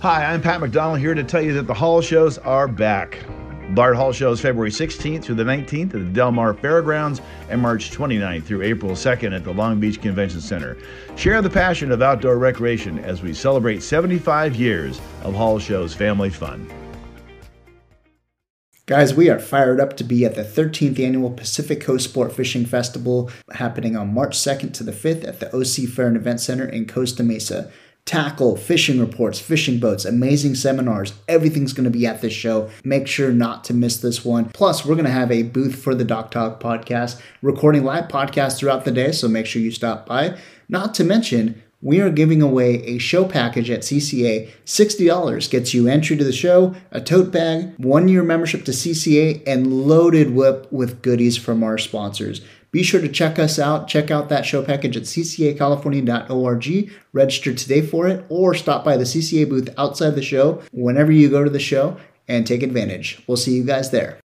Hi, I'm Pat McDonald here to tell you that the Hall shows are back. Bard Hall shows February 16th through the 19th at the Del Mar Fairgrounds and March 29th through April 2nd at the Long Beach Convention Center. Share the passion of outdoor recreation as we celebrate 75 years of Hall shows family fun. Guys, we are fired up to be at the 13th annual Pacific Coast Sport Fishing Festival happening on March 2nd to the 5th at the OC Fair and Event Center in Costa Mesa. Tackle, fishing reports, fishing boats, amazing seminars, everything's going to be at this show. Make sure not to miss this one. Plus, we're going to have a booth for the Doc Talk podcast, recording live podcasts throughout the day, so make sure you stop by. Not to mention, we are giving away a show package at CCA. $60 gets you entry to the show, a tote bag, one year membership to CCA, and loaded whip with goodies from our sponsors. Be sure to check us out. Check out that show package at ccacalifornia.org. Register today for it or stop by the CCA booth outside the show whenever you go to the show and take advantage. We'll see you guys there.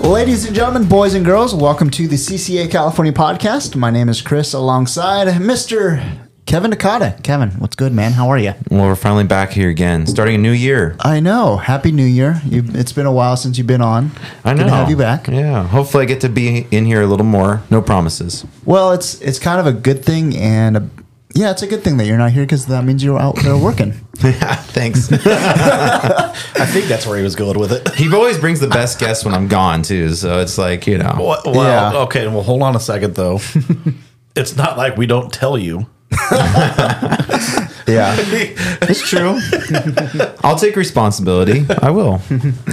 Ladies and gentlemen, boys and girls, welcome to the CCA California podcast. My name is Chris alongside Mr. Kevin Nakata. Kevin, what's good, man? How are you? Well, we're finally back here again, starting a new year. I know. Happy New Year. You, it's been a while since you've been on. I Good know. to have you back. Yeah. Hopefully, I get to be in here a little more. No promises. Well, it's it's kind of a good thing, and a, yeah, it's a good thing that you're not here because that means you're out there working. Thanks. I think that's where he was going with it. he always brings the best guests when I'm gone too, so it's like you know. Well, Yeah. okay. Well, hold on a second though. it's not like we don't tell you. yeah, It's true. I'll take responsibility. I will.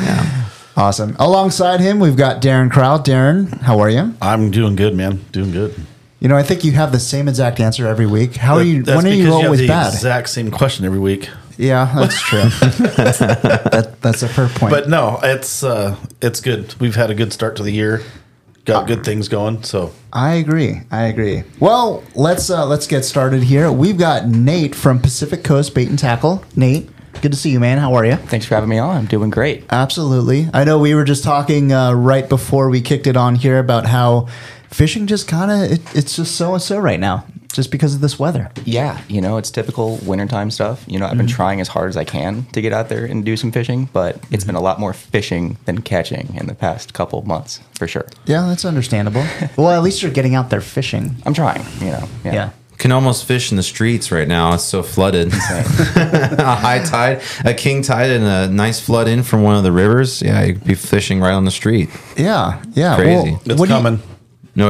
awesome. Alongside him, we've got Darren Crowell. Darren, how are you? I'm doing good, man. Doing good. You know, I think you have the same exact answer every week. How are Oh, you? That's when are you because have always the bad? Exact same question every week. yeah, that's true. that, that's a fair point. But no, it's uh, it's good. We've had a good start to the year. Ah. Got good things going. So I agree. I agree. Well, let's uh, let's get started here. We've got Nate from Pacific Coast Bait and Tackle. Nate, good to see you, man. How are you? Thanks for having me on. I'm doing great. Absolutely. I know we were just talking uh, right before we kicked it on here about how fishing just kind of it, it's just so and so right now, just because of this weather. Yeah, you know, it's typical wintertime stuff. You know, I've been trying as hard as I can to get out there and do some fishing, but it's been a lot more fishing than catching in the past couple of months, for sure. Yeah, that's understandable. well, at least you're getting out there fishing. I'm trying, you know. Yeah. Can almost fish in the streets right now. It's so flooded. a high tide, a king tide, and a nice flood in from one of the rivers. Yeah, you'd be fishing right on the street. yeah, yeah. Crazy. Well, it's what do you- coming. No,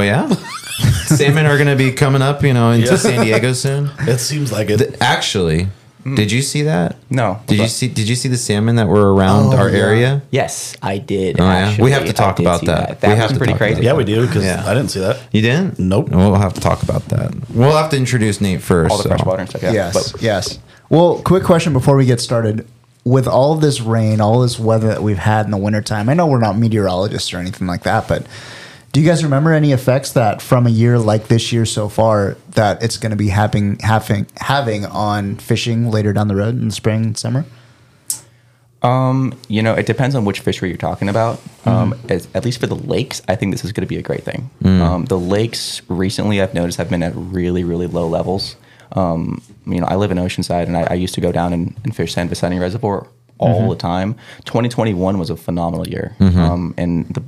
yeah. Salmon are going to be coming up, you know, into Yeah. San Diego soon. it seems like it. Actually, did you see that? Hmm. No. Oh, Did you But- see? Did you see the salmon that were around our area? Yes, I did. Oh, yeah? actually. We have to I talk did about see that. That, We was have to pretty talk crazy. about yeah, we do because Yeah. I didn't see that. You didn't? Nope. We'll have to talk about that. We'll have to introduce Nate first. All the so. freshwater and stuff. Yeah. Yes, But yes. Well, quick question before we get started. With all this rain, all this weather that we've had in the wintertime, I know we're not meteorologists or anything like that, but do you guys remember any effects that from a year like this year so far that it's going to be having, having having on fishing later down the road in the spring and summer? Um, you know, it depends on which fishery you're talking about. Um, as, at least for the lakes, I think this is going to be a great thing. Um, the lakes recently, I've noticed, have been at really, really low levels. Um, you know, I live in Oceanside, and I, I used to go down and, and fish San Vicente Reservoir all the time. 2021 was a phenomenal year, um, and the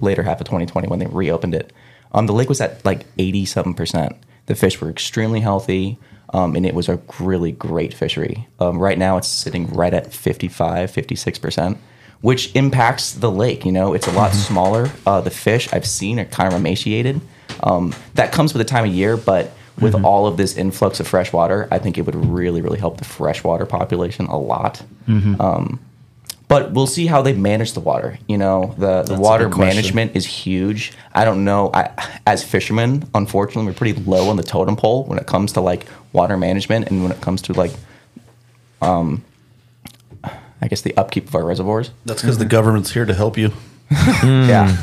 later half of 2020 when they reopened it, um, the lake was at like 87 percent. The fish were extremely healthy, um, and it was a really great fishery. Um, right now, it's sitting right at 55, 56%, which impacts the lake. You know, it's a lot smaller. Uh, the fish I've seen are kind of emaciated. Um, that comes with the time of year, but with all of this influx of fresh water, I think it would really, really help the freshwater population a lot. Um, but we'll see how they manage the water. You know, the, the water good question. management is huge. I don't know. I, as fishermen, unfortunately, we're pretty low on the totem pole when it comes to like water management and when it comes to like, um, I guess the upkeep of our reservoirs. That's because Mm-hmm. the government's here to help you. Yeah,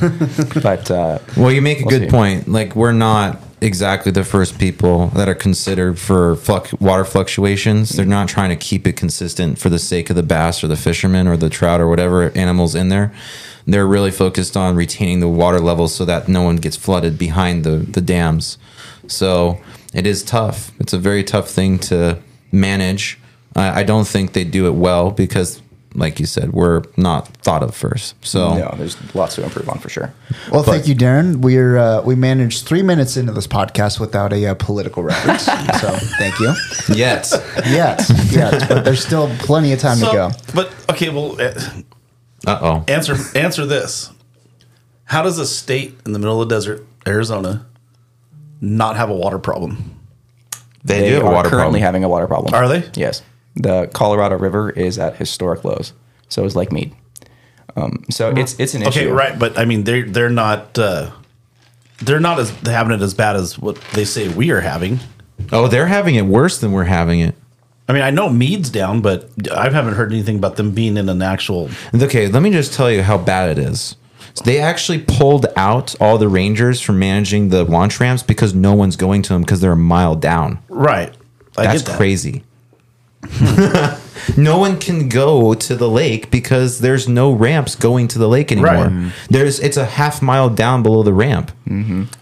but uh, Well, you make a We'll good see. point. Like we're not exactly the first people that are considered for fluc- water fluctuations. They're not trying to keep it consistent for the sake of the bass or the fishermen or the trout or whatever animals in there. They're really focused on retaining the water levels so that no one gets flooded behind the, the dams. So it is tough. It's a very tough thing to manage. I, I don't think they do it well because, like you said, we're not thought of first. So No, there's lots to improve on for sure. Well, thank But- you, Darren. We're uh, we managed three minutes into this podcast without a uh, political reference, so thank you. yet. Yes, yes, but there's still plenty of time to go. But okay, well, eh, Uh oh. answer answer this: How does a state in the middle of the desert, Arizona, not have a water problem? They, They, do have a are water currently problem. having a water problem. Are they? Yes. The Colorado River is at historic lows. So is Lake Mead. Um, so it's it's an Okay, issue. right, but I mean they're they're not uh, they're not as having it as bad as what they say we are having. oh, they're having it worse than we're having it. I mean, I know Mead's down, but I haven't heard anything about them being in an actual. Okay, let me just tell you how bad it is. So they actually pulled out all the rangers from managing the launch ramps because no one's going to them because they're a mile down. Right. I That's get that. crazy. Hmm. no one can go to the lake because there's no ramps going to the lake anymore. Right. Mhm. There's it's a half mile down below the ramp.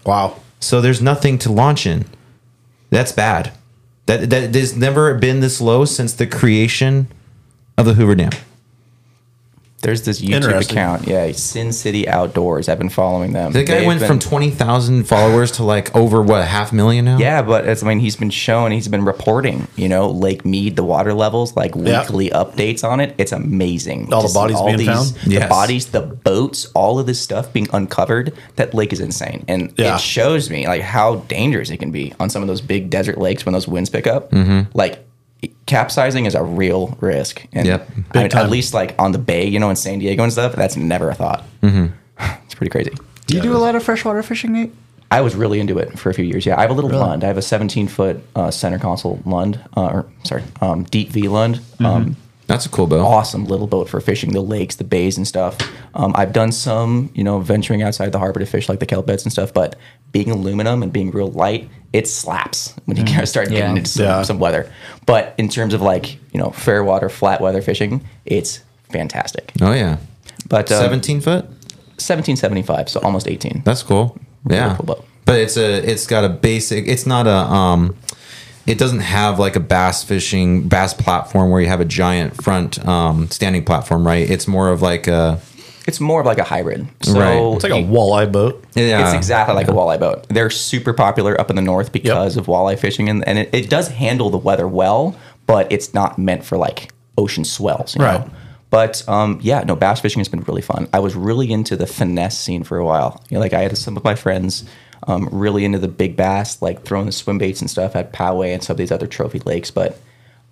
Wow. So there's nothing to launch in. That's bad. That that there's never been this low since the creation of the Hoover Dam. There's this YouTube Interesting. account. Yeah, Sin City Outdoors. I've been following them. The guy They've went been- from twenty thousand followers to like over what half million now. Yeah, but it's, I mean, he's been shown, he's been reporting, you know, Lake Mead, the water levels, like Yeah. weekly updates on it. It's amazing. All To the see bodies being found? The Yes. bodies, the boats, all of this stuff being uncovered. That lake is insane. And Yeah. it shows me, like, how dangerous it can be on some of those big desert lakes when those winds pick up. Mm-hmm. Like, capsizing is a real risk. And Yep. I mean, time. at least, like, on the bay, you know, in San Diego and stuff, that's never a thought. Mm-hmm. it's pretty crazy. Do you do a lot of freshwater fishing, Nate? I was really into it for a few years. Yeah, I have a little lund. I have a 17 foot uh, center console lund, uh, or sorry, um, deep V lund. Mm-hmm. Um, that's a cool boat. awesome little boat for fishing the lakes, the bays, and stuff. Um, I've done some, you know, venturing outside the harbor to fish like the kelp beds and stuff. But being aluminum and being real light, it slaps when you kinda start getting Yeah. into some, Mm-hmm. Yeah. some weather. But in terms of like you know fair water, flat weather fishing, it's fantastic. Oh yeah, But uh, seventeen foot. 1775, so almost 18. That's cool. Yeah, cool boat. but it's a it's got a basic. It's not a um. It doesn't have like a bass fishing bass platform where you have a giant front um, standing platform, right? It's more of like a It's more of like a hybrid. So Right. It's like a walleye boat. yeah. It's exactly like a walleye boat. They're super popular up in the north because of walleye fishing, and, and it, it does handle the weather well, but it's not meant for like ocean swells, you Right. Know? But um, yeah, no, bass fishing has been really fun. I was really into the finesse scene for a while. You know, like I had some of my friends um, really into the big bass, like throwing the swim baits and stuff at Poway and some of these other trophy lakes. But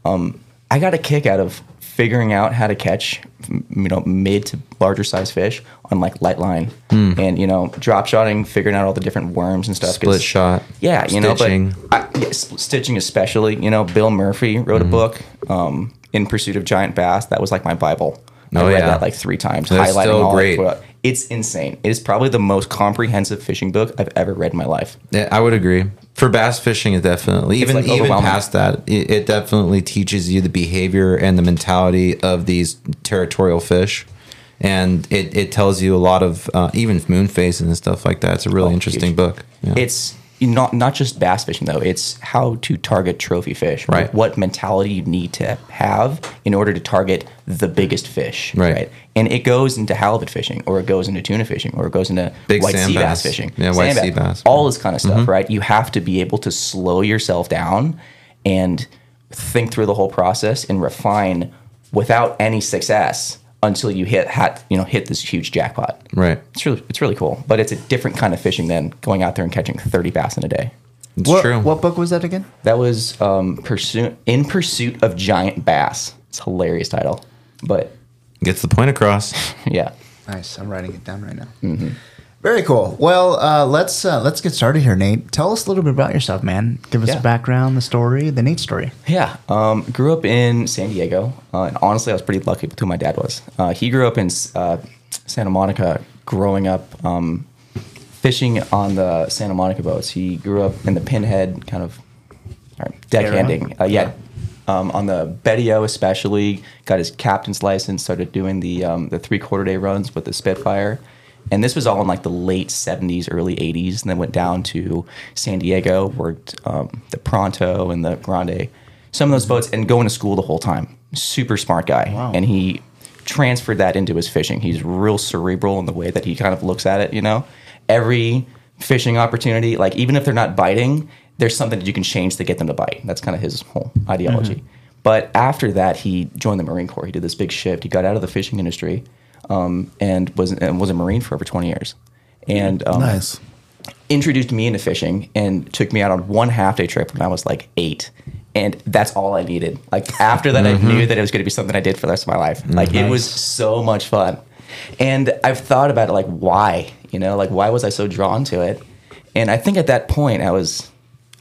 I got a kick out of figuring out how to catch, m- you know, mid to larger size fish on like light line, Hmm. and you know, drop shotting, figuring out all the different worms and stuff. 'cause- Split shot, Yeah, you stitching. know, but I, yeah, s- stitching especially. You know, Bill Murphy wrote Hmm. a book, um, "In Pursuit of Giant Bass." That was like my bible. I Oh, read yeah. that like three times, That's highlighting so all. great. It's insane. It is probably the most comprehensive fishing book I've ever read in my life. Yeah, I would agree. For bass fishing, it definitely even like, even overwhelming. past that, it, it definitely teaches you the behavior and the mentality of these territorial fish, and it, it tells you a lot of uh, even moonface and stuff like that. It's a really interesting Oh, huge. book. Yeah. it's not not just bass fishing though. It's how to target trophy fish. Right. What mentality you need to have in order to target the biggest fish. Right. And it goes into halibut fishing, or it goes into tuna fishing, or it goes into Big white sand sea bass. bass, fishing. Yeah, white sea bass. Mm-hmm. All this kind of stuff, right? You have to be able to slow yourself down and think through the whole process and refine without any success until you hit hat you know hit this huge jackpot right. it's really it's really cool, but it's a different kind of fishing than going out there and catching thirty bass in a day. It's what, true. What book was that again? That was um, pursuit in pursuit of giant bass. It's a hilarious title, but Gets the point across. yeah, Nice. I'm writing it down right now. Very cool. Well, uh, let's uh, let's get started here, Nate. Tell us a little bit about yourself, man. Give us Yeah. the background, the story, the Nate story. yeah. Um, grew up in San Diego, uh, and honestly, I was pretty lucky with who my dad was. Uh, he grew up in uh, Santa Monica. Growing up, um, fishing on the Santa Monica boats. He grew up in the pinhead kind of or deckhanding. Uh, yeah. Um, on the Betty O especially, got his captain's license, started doing the um, the three quarter day runs with the Spitfire. And this was all in like the late 70s, early 80s, and then went down to San Diego, worked um, the Pronto and the Grande, some of those boats, and going to school the whole time. Super smart guy. And he transferred that into his fishing. He's real cerebral in the way that he kind of looks at it, you know? Every fishing opportunity, like even if they're not biting, there's something that you can change to get them to bite. That's kind of his whole ideology. But after that, he joined the Marine Corps. He did this big shift. He got out of the fishing industry um, and was and was a Marine for over 20 years. And um, Nice. introduced me into fishing and took me out on one half day trip when I was like eight. And that's all I needed. Like after that, I knew that it was going to be something I did for the rest of my life. Like it was so much fun. And I've thought about it like, why? You know, like why was I so drawn to it? And I think at that point, I was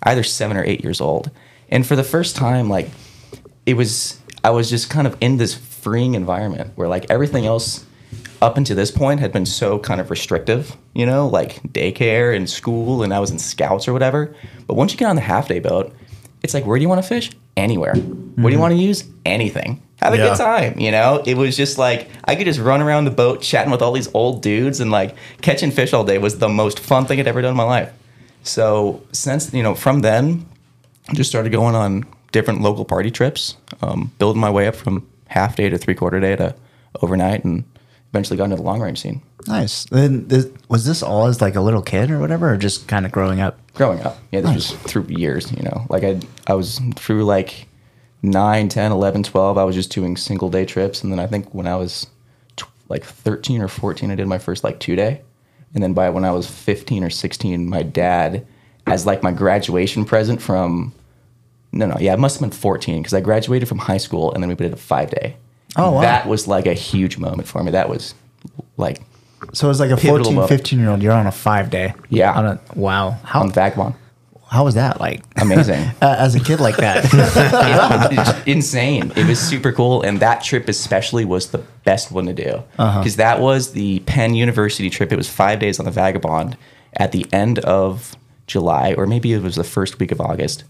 either seven or eight years old. And for the first time, like it was I was just kind of in this freeing environment where like everything else up until this point had been so kind of restrictive, you know, like daycare and school and I was in scouts or whatever. But once you get on the half day boat, it's like where do you want to fish? Anywhere. What do you want to use? Anything. Have a Yeah. good time, you know? It was just like I could just run around the boat chatting with all these old dudes and like catching fish all day was the most fun thing I'd ever done in my life. So since you know, from then just started going on different local party trips, um, building my way up from half day to three quarter day to overnight, and eventually got into the long range scene. Nice. Then this, was this all as like a little kid or whatever, or just kind of growing up? Growing up, yeah, this was through years, you know, like I I was through like 9, 10, 11, 12, I was just doing single day trips, and then I think when I was tw- like thirteen or fourteen, I did my first like two day, and then by when I was fifteen or sixteen, my dad, as like my graduation present from No, no, yeah, it must have been 14 because I graduated from high school and then we did a five day. Oh, wow. That was like a huge moment for me. That was like So it was like a Pivotal 14, moment. 15 year old. You're on a five day. Yeah. On a, wow. How on Vagabond. how was that like? Amazing. Uh, as a kid like that. It was insane. It was super cool. And that trip, especially, was the best one to do because that was the Penn University trip. It was five days on the Vagabond at the end of July, or maybe it was the first week of August.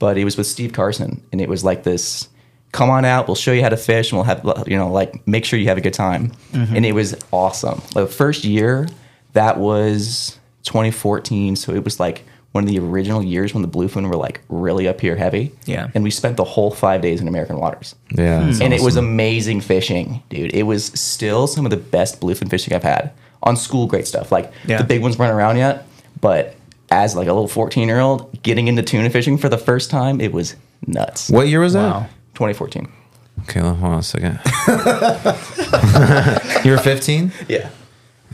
But it was with Steve Carson, and it was like this come on out we'll show you how to fish and we'll have you know like make sure you have a good time and it was awesome the first year that was 2014 so it was like one of the original years when the bluefin were like really up here heavy Yeah. and we spent the whole five days in american waters Yeah. that's Hmm. and it was awesome. amazing fishing, dude. It was still some of the best bluefin fishing I've had on school grade stuff. Like Yeah. the big ones weren't around yet, but as like a little 14 year old getting into tuna fishing for the first time, it was nuts. What year was that? Wow. 2014. Okay, hold on a second. you were 15? Yeah.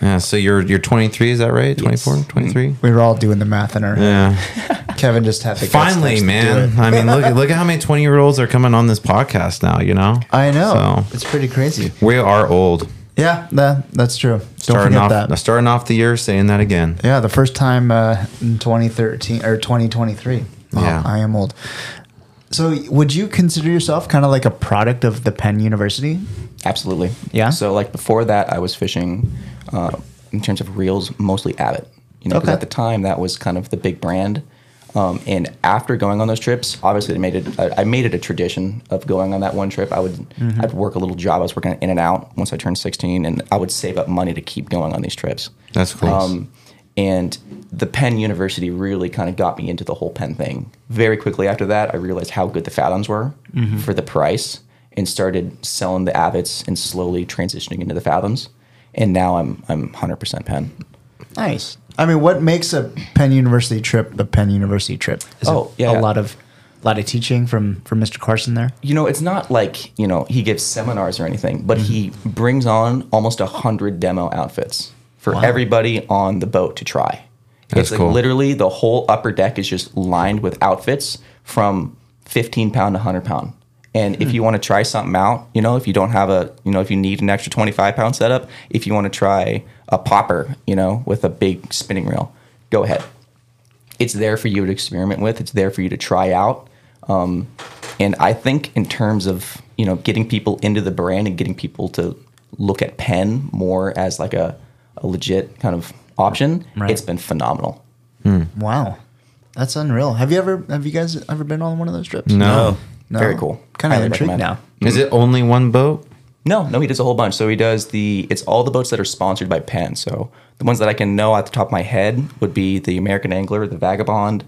Yeah, so you're you're 23, is that right? 24, 23? Hmm. we were all doing the math in our head. Yeah. Kevin just had the guts to Finally, do man. it. I mean, look at look at how many 20 year olds are coming on this podcast now, you know? I know. So It's pretty crazy. we are old. Yeah, that, that's true. Don't Starting forget off that. starting off the year saying that again. Yeah, the first time uh, in 2013 or 2023. Wow, Yeah. I am old. So, would you consider yourself kind of like a product of the Penn University? Absolutely. Yeah? So like before that, I was fishing uh, in terms of reels, mostly Abbott. You know, 'cause Okay. at the time that was kind of the big brand. Um, and after going on those trips, obviously it made it. I, I made it a tradition of going on that one trip. I would Mm-hmm. I'd work a little job. I was working in and out once I turned sixteen, and I would save up money to keep going on these trips. That's cool. Um, and the Penn University really kind of got me into the whole Penn thing. Very quickly after that, I realized how good the Fathoms were for the price and started selling the Abbots and slowly transitioning into the Fathoms. And now I'm I'm 100% Penn. Nice. I mean, what makes a Penn University trip a Penn University trip? Is it Oh, yeah, a yeah. lot of lot of teaching from from Mr. Carson there. You know, it's not like, you know, he gives seminars or anything, but he Mm-hmm. brings on almost 100 demo outfits for everybody on the boat to try. That's it's like cool. literally the whole upper deck is just lined with outfits from 15 pound to 100 pound. And Hmm. if you want to try something out, you know, if you don't have a, you know, if you need an extra 25 pound setup, if you want to try a popper, you know, with a big spinning reel, go ahead. It's there for you to experiment with. It's there for you to try out. Um, and I think in terms of, you know, getting people into the brand and getting people to look at Penn more as like a, a legit kind of option, Right. it's been phenomenal. Wow, that's unreal. Have you ever? Have you guys ever been on one of those trips? No. No. Very cool. Kind of Highly intrigued recommend. now. Is it only one boat? No, no, he does a whole bunch. So he does the it's all the boats that are sponsored by Penn. So the ones that I can know at the top of my head would be the American Angler, the Vagabond.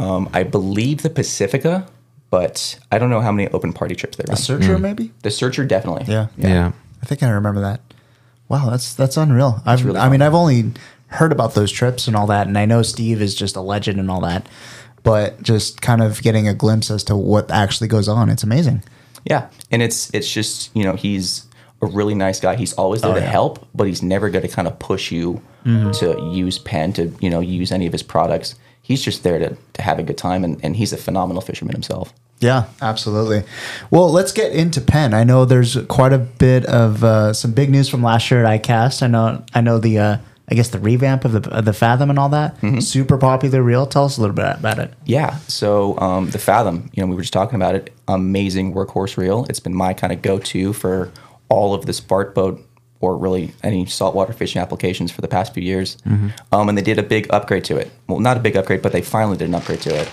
Um, I believe the Pacifica, but I don't know how many open party trips they run. Searcher, Mm. maybe. The Searcher definitely. Yeah. Yeah. I think I remember that. Wow, that's that's unreal. I've really I mean I've only heard about those trips and all that, and I know Steve is just a legend and all that, but just kind of getting a glimpse as to what actually goes on, it's amazing. Yeah. And it's it's just, you know, he's a really nice guy. He's always there to help, but he's never going to kind of push you to use Penn to, you know, use any of his products. He's just there to, to have a good time and, and he's a phenomenal fisherman himself. Yeah, absolutely. Well, let's get into Penn. I know there's quite a bit of uh, some big news from last year at ICAST. I know I know the uh, I guess the revamp of the of the Fathom and all that super popular reel. Tell us a little bit about it. Yeah. So um, the Fathom, you know, we were just talking about it. Amazing workhorse reel. It's been my kind of go-to for all of the spark boat or really any saltwater fishing applications for the past few years. Um, and they did a big upgrade to it. Well, not a big upgrade, but they finally did an upgrade to it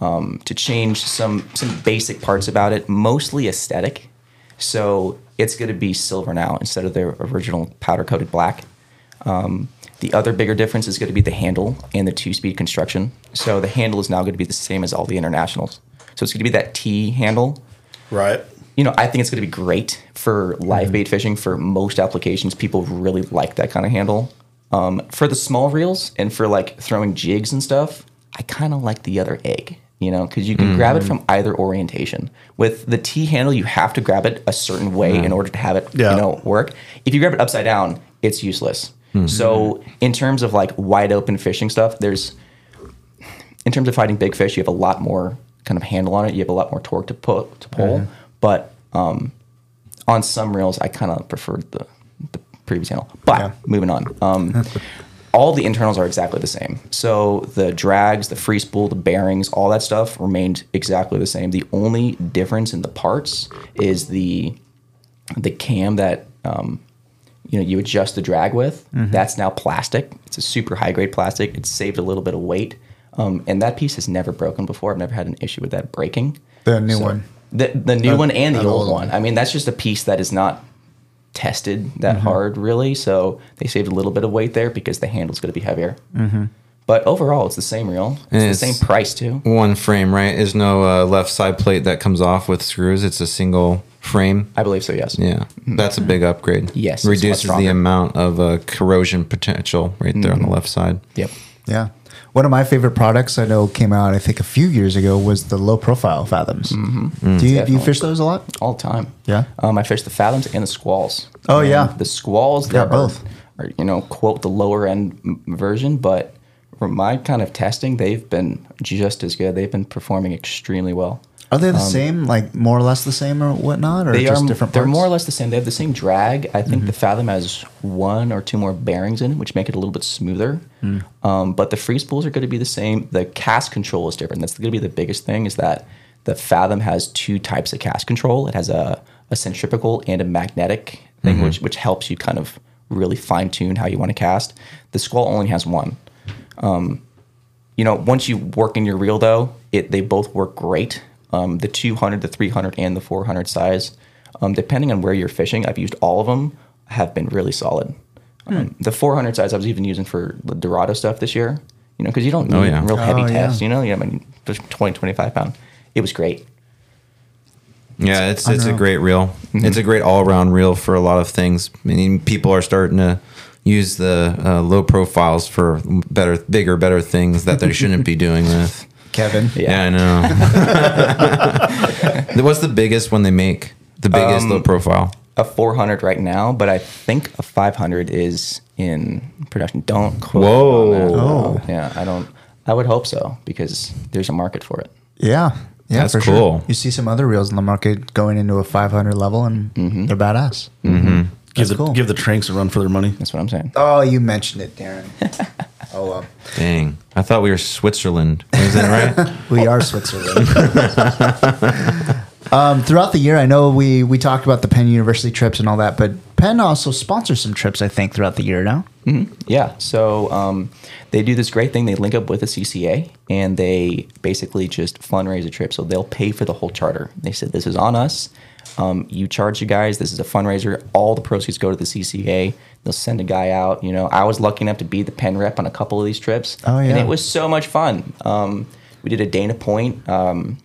um, to change some some basic parts about it, mostly aesthetic. So it's going to be silver now instead of their original powder-coated black. The other bigger difference is going to be the handle and the two speed construction. So the handle is now going to be the same as all the internationals. So it's going to be that T handle. Right. You know, I think it's going to be great for Mm-hmm. live bait fishing for most applications. People really like that kind of handle. Um, for the small reels and for like throwing jigs and stuff, I kind of like the other egg, you know, because you can grab it Mm-hmm. from either orientation. With the T handle, you have to grab it a certain way in order to have it, Yeah. you know, work. If you grab it upside down, it's useless. Mm-hmm. So in terms of like wide open fishing stuff, there's in terms of fighting big fish, you have a lot more kind of handle on it. You have a lot more torque to pull to pull. But um, on some reels, I kind of preferred the, the previous handle. But moving on, um, all the internals are exactly the same. So the drags, the free spool, the bearings, all that stuff remained exactly the same. The only difference in the parts is the the cam that um, you know you adjust the drag with Mm-hmm. that's now plastic it's a super high grade plastic it's saved a little bit of weight um, and that piece has never broken before i've never had an issue with that breaking The new one. the, the new one and the the old old one i mean that's just a piece that is not tested that Mm-hmm. hard really so they saved a little bit of weight there because the handle's going to be heavier Mm-hmm. but overall it's the same reel it's the it's- same price too One frame, right? There's no uh, left side plate that comes off with screws. It's a single frame. i believe so yes Yeah, that's a Mm-hmm. big upgrade. Yes, it's much reduces the stronger. amount of uh, corrosion potential right there on Mm-hmm. the left side. yep Yeah. One of my favorite products I know came out I think a few years ago was the low profile fathoms. Mm. Do you do you Definitely. fish those a lot? all the time. Yeah. Um, I fish the fathoms and the squalls. Oh, And yeah. The squalls Yeah, that are, both. are you know quote the lower end m- version, but from my kind of testing, they've been just as good. They've been performing extremely well. Are Um, they the same, like more or less the same or whatnot, or They just are different? they're parts? Mm-hmm. more or less the same. They have the same drag. I think the Fathom has one or two more bearings in it, which make it a little bit smoother. Mm. Um, but the free spools are going to be the same. The cast control is different. That's going to be the biggest thing is that the Fathom has two types of cast control. It has a, a centripetal and a magnetic thing, Mm-hmm. which which helps you kind of really fine tune how you want to cast. The Squall only has one you know, once you work in your reel though, it they both work great. Um, the 200, the 300, and the 400 size, um, depending on where you're fishing, I've used all of them, have been really solid. Hmm. Um, the 400 size I was even using for the Dorado stuff this year, you know, because you don't need Oh, yeah. real heavy Oh, yeah. tests, you know, you know, I mean, just 20, 25 pound. It was great. Yeah, it's Mm-hmm. it's a unreal. great reel. It's a great all around reel for a lot of things. I mean, people are starting to use the uh, low profiles for better, bigger, better things that they shouldn't be doing with. Kevin. Yeah, I know. What's the biggest one they make? The biggest low profile. A 400 right now, but I think a 500 is in production. Don't quote me Whoa. on that. Oh. Yeah, I don't. I would hope so because there's a market for it. Yeah. Yeah, That's for sure. cool. You see some other reels in the market going into a 500 level, and they're badass. Give Mm-hmm. That's the cool. give the tranks a run for their money. That's what I'm saying. Oh, you mentioned it, Darren. oh well, Dang, I thought we were Switzerland. Is that right? we are Switzerland. um, throughout the year, I know we we talked about the Penn University trips and all that, but Penn also sponsors some trips. I think throughout the year now. Yeah. So um, they do this great thing. They link up with the CCA and they basically just fundraise a trip. So they'll pay for the whole charter. They said, this is on us. Um, you charge you guys. This is a fundraiser. All the proceeds go to the CCA. They'll send a guy out. You know, I was lucky enough to be the pen rep on a couple of these trips. Oh, yeah. And it was so much fun. Um, we did a Dana Point. Um,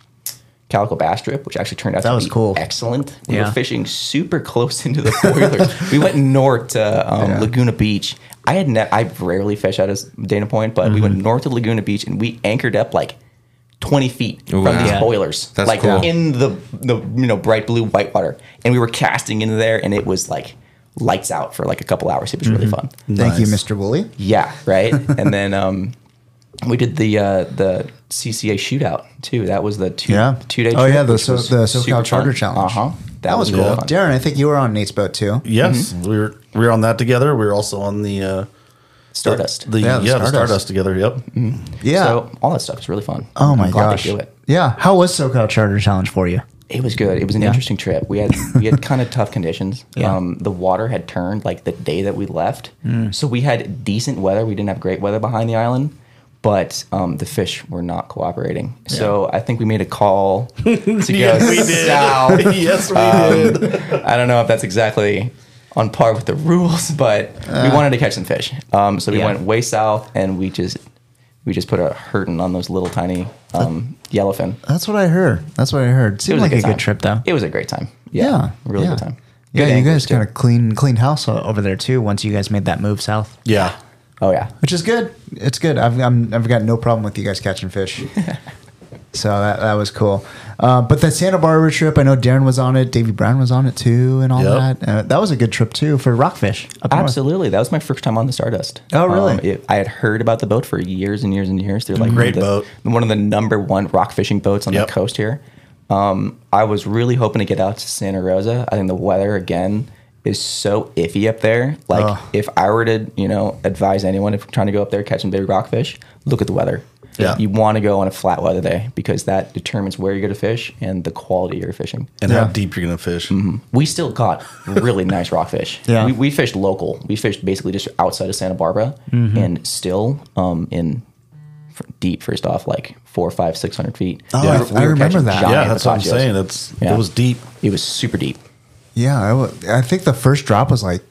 Calico Bass trip, which actually turned out That to was be cool. excellent. We Yeah. were fishing super close into the boilers. we went north to um, Laguna Beach. I had ne- I rarely fish out of Dana Point, but we went Mm-hmm. north to Laguna Beach and we anchored up like twenty feet from Wow. these Yeah. boilers, That's like cool. in the the you know bright blue white water, and we were casting into there, and it was like lights out for like a couple hours. It was really fun. Thank you, Mr. Woolley. Yeah, right. and then um, we did the uh, the CCA shootout too. That was the two Yeah. two day. Oh, yeah, the So- the SoCal Charter Challenge. Uh huh. That, was, cool. Fun. Darren, I think you were on Nate's boat too. Yes, we were we were on that together. We were also on the uh, Stardust. The, Yeah, yeah, the the Stardust. Stardust together. Yep. Yeah. So all that stuff is really fun. oh I'm my glad they gosh. do it. Yeah. How was SoCal Charter Challenge for you? It was good. It was an interesting trip. We had we had kind of tough conditions. Yeah. Mm. Um, the water had turned like the day that we left, so we had decent weather. We didn't have great weather behind the island, but um, the fish were not cooperating. So I think we made a call to go south. yes, we did. I don't know if that's exactly on par with the rules, but Uh. we wanted to catch some fish. Um, so we Yeah. went way south, and we just we just put a hurting on those little tiny Uh, um, yellowfin. That's what I heard. That's what I heard. It Seemed like a good time. trip though. It was a great time. Yeah, yeah. really yeah. good time. Yeah, Good you anglers, guys too. kind of clean clean house o- over there too. Once you guys made that move south, Yeah. Oh yeah, which is good. It's good. I've I'm, I've got no problem with you guys catching fish. so that, that was cool. Uh, but that Santa Barbara trip, I know Darren was on it. Davey Brown was on it too, and all Yep. that. Uh, that was a good trip too for rockfish. up north. absolutely. That was my first time on the Stardust. Um, Oh, really? it- I had heard about the boat for years and years and years. They're like Great one of boat. the, one of the number one rock fishing boats on Yep. the coast here. Um, I was really hoping to get out to Santa Rosa. I think the weather again is so iffy up there. Like Ugh. if I were to, you know, advise anyone if trying to go up there catching big rockfish, look at the weather. Yeah. You want to go on a flat weather day because that determines where you're going to fish and the quality you're fishing And Yeah. how deep you're gonna fish. we still caught really nice rockfish. Yeah. We, we fished local. We fished basically just outside of Santa Barbara Mm-hmm. and still um, in f- deep, first off, like four, five, six hundred feet. Oh, We I- were- we I were remember catching that. giant Yeah, that's what I'm pistachios. saying. It's Yeah. it was deep. It was super deep. Yeah, I, wa- I think the first drop was like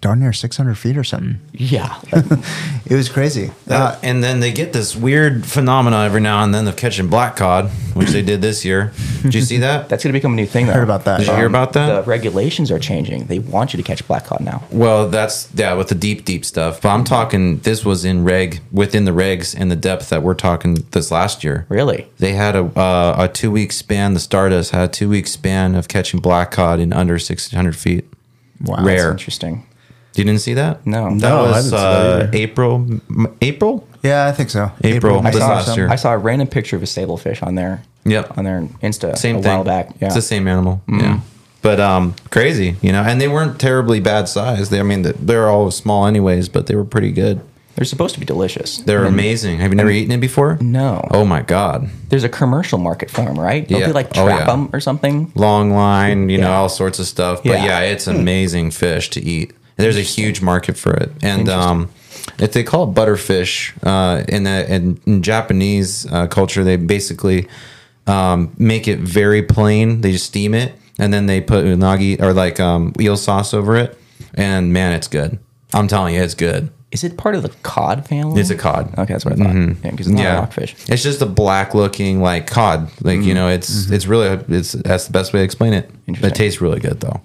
darn near 600 feet or something. Yeah. It was crazy. Uh, and then they get this weird phenomena every now and then of catching black cod, which they did this year. Did you see that? that's going to become a new thing. Though. heard about that. Did you hear about that? The regulations are changing. They want you to catch black cod now. Well, that's yeah, with the deep, deep stuff. But I'm talking this was in reg within the regs and the depth that we're talking this last year. Really? They had a uh, a two week span. The Stardust had a two week span of catching black cod in under 600 feet. Wow, that's rare. Interesting. You didn't see that? No. that No, I was didn't see that uh, either. April. m- April. yeah, I think so. April, May this or last something. year. I saw a random picture of a stablefish on there. Yep. On their Insta Same a thing. while back. Yeah. Mm. It's the same animal. Yeah. But um, crazy, you know. And they weren't terribly bad size. They, I mean, th- they're all small anyways, but they were pretty good. They're supposed to be delicious. They're amazing. Have you never eaten it before? No. Oh my god. there's a commercial market for them, right? Don't Yeah. they like Oh, trap yeah. them or something? long line, you know, Yeah. all sorts of stuff. But Yeah. Hmm. yeah, it's amazing fish to eat. There's a huge market for it, and um, if they call it butterfish uh, in, the, in in Japanese uh, culture, they basically um, make it very plain. They just steam it, and then they put unagi or like um, eel sauce over it. And man, it's good. I'm telling you, it's good. Is it part of the cod family? It's a Mm-hmm. cod. Okay, that's what I thought. Yeah, because it's not a rockfish. It's just a black looking like cod. Like you know, it's it's really it's that's the best way to explain it. But Interesting. it tastes really good though.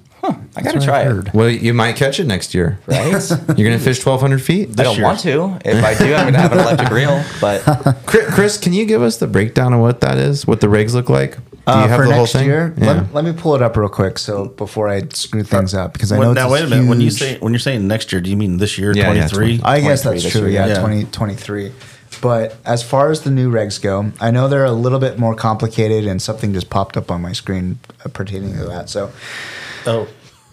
I gotta try it. Well, you might catch it next year. Right? You're gonna fish 1,200 feet. I don't want to. If I do, I'm gonna have an electric reel. But Chris, Chris, can you give us the breakdown of what that is? What the rigs look like? Do you Uh, for the next year, Yeah. let, let me pull it up real quick. So before I screw things up, because I know When, it's now wait a minute. When you huge- say when you're saying next year, do you mean this year, Yeah, yeah, 23? 20. I guess 23 that's this true. year. Yeah, Yeah. twenty twenty three. But as far as the new regs go, I know they're a little bit more complicated, and something just popped up on my screen uh, pertaining to that. So oh,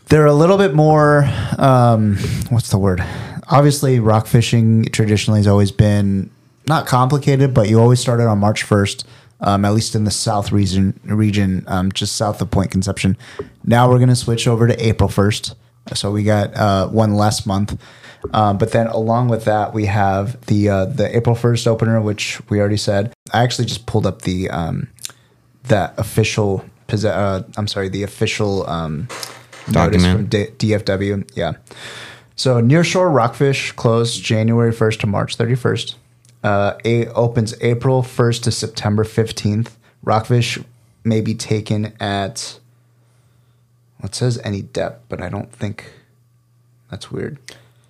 they're a little bit more um, what's the word obviously rock fishing traditionally has always been not complicated but you always started on march 1st um, at least in the south region region um, just south of point conception now we're going to switch over to april 1st so we got uh, one less month. Uh, but then along with that, we have the uh, the April first opener, which we already said. I actually just pulled up the um, that official. posse- Uh, I'm sorry, the official um, notice Document. from D- DFW. Yeah. So Nearshore Rockfish closed January 1st to March 31st. Uh, a- opens April 1st to September 15th. Rockfish may be taken at, well, it says any depth, but I don't think that's weird.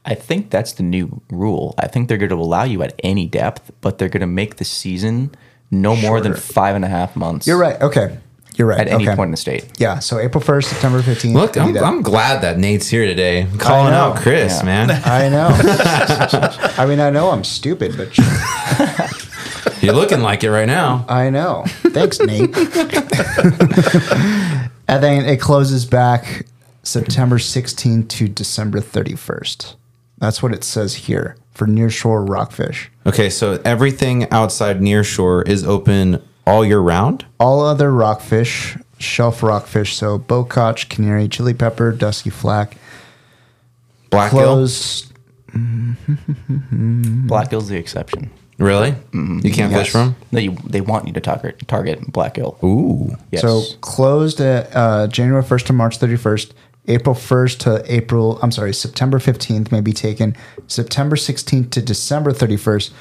I think that's the new rule. I think they're going to allow you at any depth, but they're going to make the season no more than five and a half months. You're right. Okay. You're right. At any okay. Mm-hmm. point in the state. Yeah. So April 1st, September 15th. Look, any I'm, depth. I'm glad that Nate's here today, calling know. out Chris, Yeah. man. I know. I mean, I know I'm stupid, but You're looking like it right now. I know. Thanks, Nate. and then it closes back September 16th to December 31st. That's what it says here for nearshore rockfish. Okay, so everything outside near shore is open all year round. All other rockfish, shelf rockfish, so bocach, canary, chili pepper, dusky flack, Black Hill, closed. Black Hill's the exception. really? You can't Mm-hmm. Yes. fish from? They, they want you to target, target Black Hill. Ooh, Yes. So closed at uh, January 1st to March 31st. April 1st to April, I'm sorry, September 15th may be taken. September 16th to December 31st.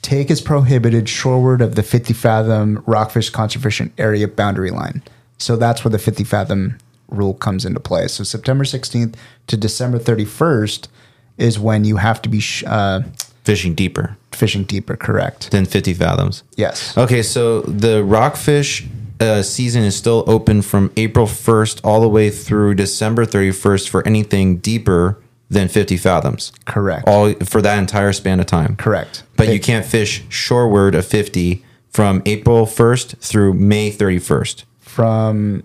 Take is prohibited shoreward of the 50 fathom rockfish conservation area boundary line. So that's where the 50 fathom rule comes into play. So September 16th to December 31st is when you have to be sh- uh, fishing deeper fishing deeper, correct? than 50 fathoms. Yes. Okay, so the rockfish uh, season is still open from April 1st all the way through December 31st for anything deeper than 50 fathoms. Correct. All for that entire span of time. Correct. But They- you can't fish shoreward of 50 from April 1st through May 31st From,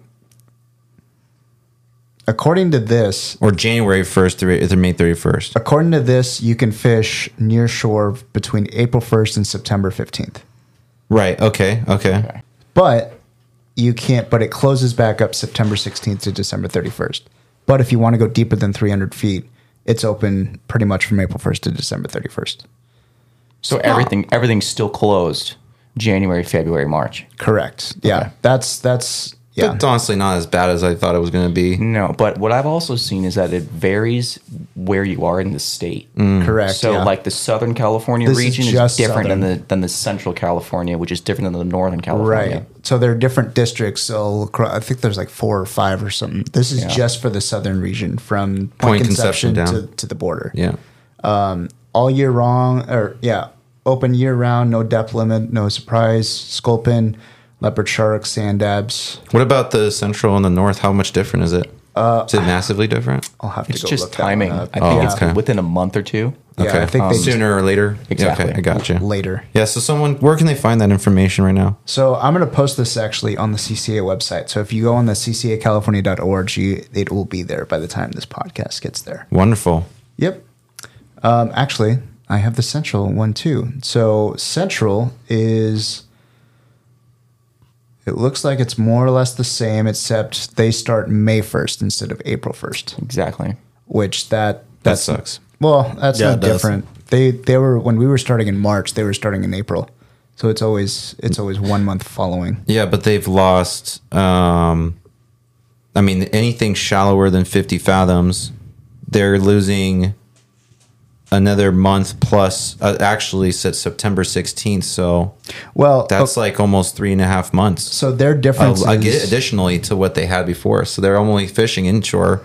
according to this, or January 1st through, through May 31st. According to this, you can fish near shore between April 1st and September 15th. Right. Okay. Okay. But you can't, but it closes back up September 16th to December 31st. But if you want to go deeper than 300 feet, it's open pretty much from April 1st to December 31st. so everything everything's still closed January, February, March. Correct. Yeah. That's, that's, yeah. It's honestly not as bad as I thought it was going to be. No, but what I've also seen is that it varies where you are in the state. Mm. Correct. So, yeah. like the Southern California This is region is, just different than Southern. the than the Central California, which is different than the Northern right. California. So there are different districts. So acro- I think there's like four or five or something. This is just for the southern region from Point, Point Conception, Conception down. to, to the border. Yeah. all year long or yeah open year round no depth limit no surprise sculpin leopard sharks sand dabs What about the central and the north? How much different is it? Uh, is it massively different? i'll have It's to go just look that one timing. I up. Oh. think Oh, it's Um, okay. within a month or two. yeah, i think they sooner sooner or later. Exactly. Yeah, okay, I got you. later Yeah. So someone, where can they find that information right now? so i'm going to post this actually on the cca website so if you go on the ccacalifornia.org you, it will be there by the time this podcast gets there Wonderful. Yep. Um, actually, I have the central one too. So central is. It looks like it's more or less the same, except they start May first instead of April first, Exactly. which that That sucks. Well, that's Yeah, not it does. different. They they were when we were starting in March, they were starting in April, so it's always it's always one month following. Yeah, but they've lost. Um, I mean, anything shallower than fifty fathoms, they're losing another month plus. Uh, actually, since September sixteenth, so Well, that's like almost three and a half months. so their difference. Oh, Uh, ag- additionally to what they had before, so they're only fishing inshore.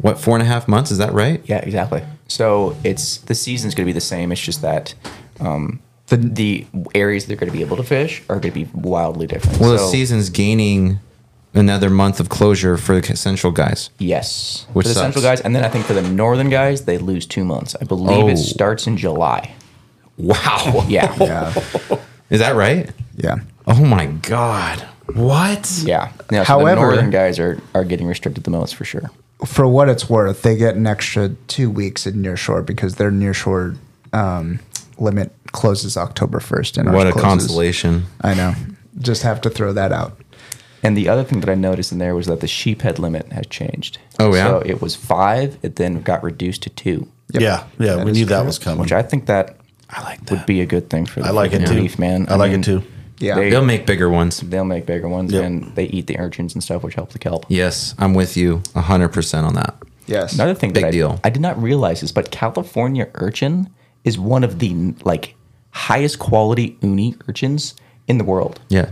What four and a half months is that right? Yeah, exactly. So it's the season's going to be the same. It's just that um, the the areas they're going to be able to fish are going to be wildly different. Well, So, the season's gaining another month of closure for the central guys. Yes, Which for the sucks. central guys, and then I think for the northern guys, they lose two months. I believe Oh. it starts in July. Wow. Yeah, yeah, yeah, Is that right? yeah. Oh my God. What? yeah. No, so However- the northern guys are are getting restricted the most for sure. for what it's worth, they get an extra two weeks at nearshore because their nearshore um, limit closes October first. And What ours a closes- consolation. I know. Just have to throw that out. And the other thing that I noticed in there was that the sheep head limit has changed. Oh, yeah? So it was five. It then got reduced to two, Yeah, yeah, we is knew that was coming. which I think that I like would be a good thing for. The I like it freaking too. beef, man. I like mean, it too. Yeah. They, They'll will make bigger ones. make bigger ones, Yep. and they eat the urchins and stuff, which help the kelp. Yes, I'm with you 100% on that. Yes. Another thing Big that I, deal. I did not realize this, but California urchin is one of the like highest quality uni urchins in the world. Yeah.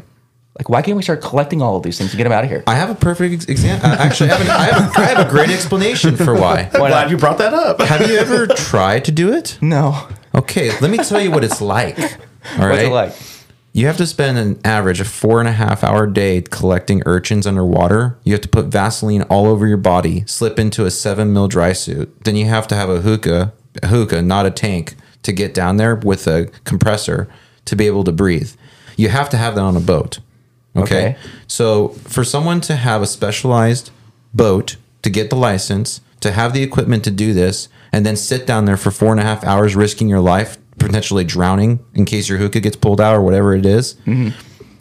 Like, why can't we start collecting all of these things and get them out of here? I have a perfect example. Actually, I have, an, I, have a, I have a great explanation for why. Why Glad not? you brought that up. Have you ever tried to do it? No. Okay, let me tell you what it's like. All right. What's it like? You have to spend an average of four and a half hour day collecting urchins underwater. You have to put Vaseline all over your body, slip into a seven mil dry suit. Then you have to have a hookah, a hookah, not a tank, to get down there with a compressor to be able to breathe. You have to have that on a boat. Okay. Okay. So for someone to have a specialized boat to get the license, to have the equipment to do this, and then sit down there for four and a half hours risking your life, potentially drowning in case your hookah gets pulled out or whatever it is,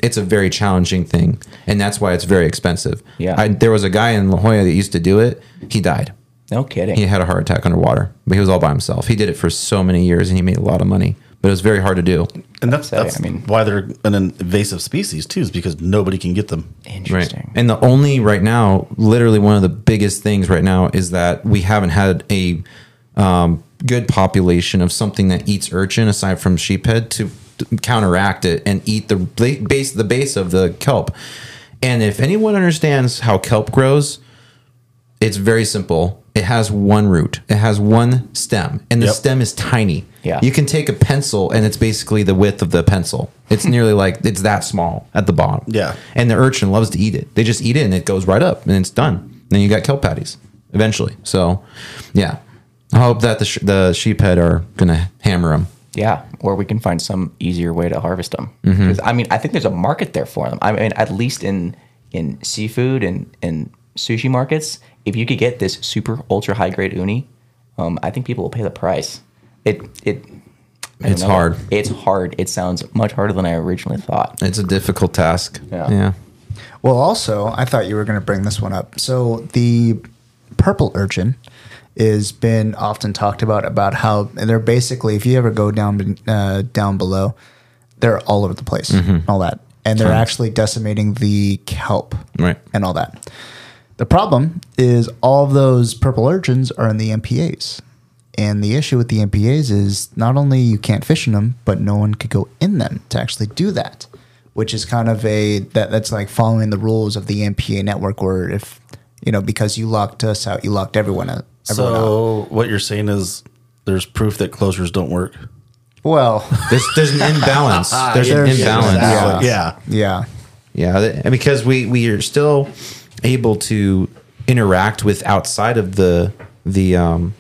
It's a very challenging thing, and that's why it's very expensive. Yeah. I, there was a guy in La Jolla that used to do it. He died. No kidding. He had a heart attack underwater, but he was all by himself. He did it for so many years, and he made a lot of money. But it was very hard to do. And that's, Upsetting, that's I mean- why they're an invasive species too, is because nobody can get them. Interesting. Right. And the only right now, literally one of the biggest things right now is that we haven't had a um, good population of something that eats urchin aside from sheephead to t- counteract it and eat the bla- base the base of the kelp. And if anyone understands how kelp grows, it's very simple. It has one root. It has one stem, and the Yep. stem is tiny. Yeah. you can take a pencil, and it's basically the width of the pencil. It's nearly like it's that small at the bottom. Yeah. And the urchin loves to eat it. They just eat it and it goes right up and it's done. And then you got kelp patties eventually. So, yeah. I hope that the, sh- the sheephead are going to hammer them. Yeah, or we can find some easier way to harvest them. Mm-hmm. Because I mean, I think there's a market there for them. I mean, at least in in seafood and and sushi markets, if you could get this super ultra high grade uni, um, I think people will pay the price. It it I don't It's hard. It's hard. It sounds much harder than I originally thought. It's a difficult task. Yeah. Yeah. Well, also, I thought you were going to bring this one up. So the purple urchin is been often talked about about how they're basically if you ever go down uh, down below, they're all over the place, Mm-hmm. and all that, and they're actually decimating the kelp, Right. and all that. The problem is all of those purple urchins are in the MPAs. And the issue with the MPAs is not only you can't fish in them, but no one could go in them to actually do that, which is kind of a that that's like following the rules of the MPA network where if you know because you locked us out, you locked everyone out. Everyone out. So what you're saying is there's proof that closures don't work. Well, There's, there's an imbalance. There's an There's- imbalance. Yeah. Yeah. yeah. yeah. Yeah, th- and because we we are still able to interact with outside of the the um,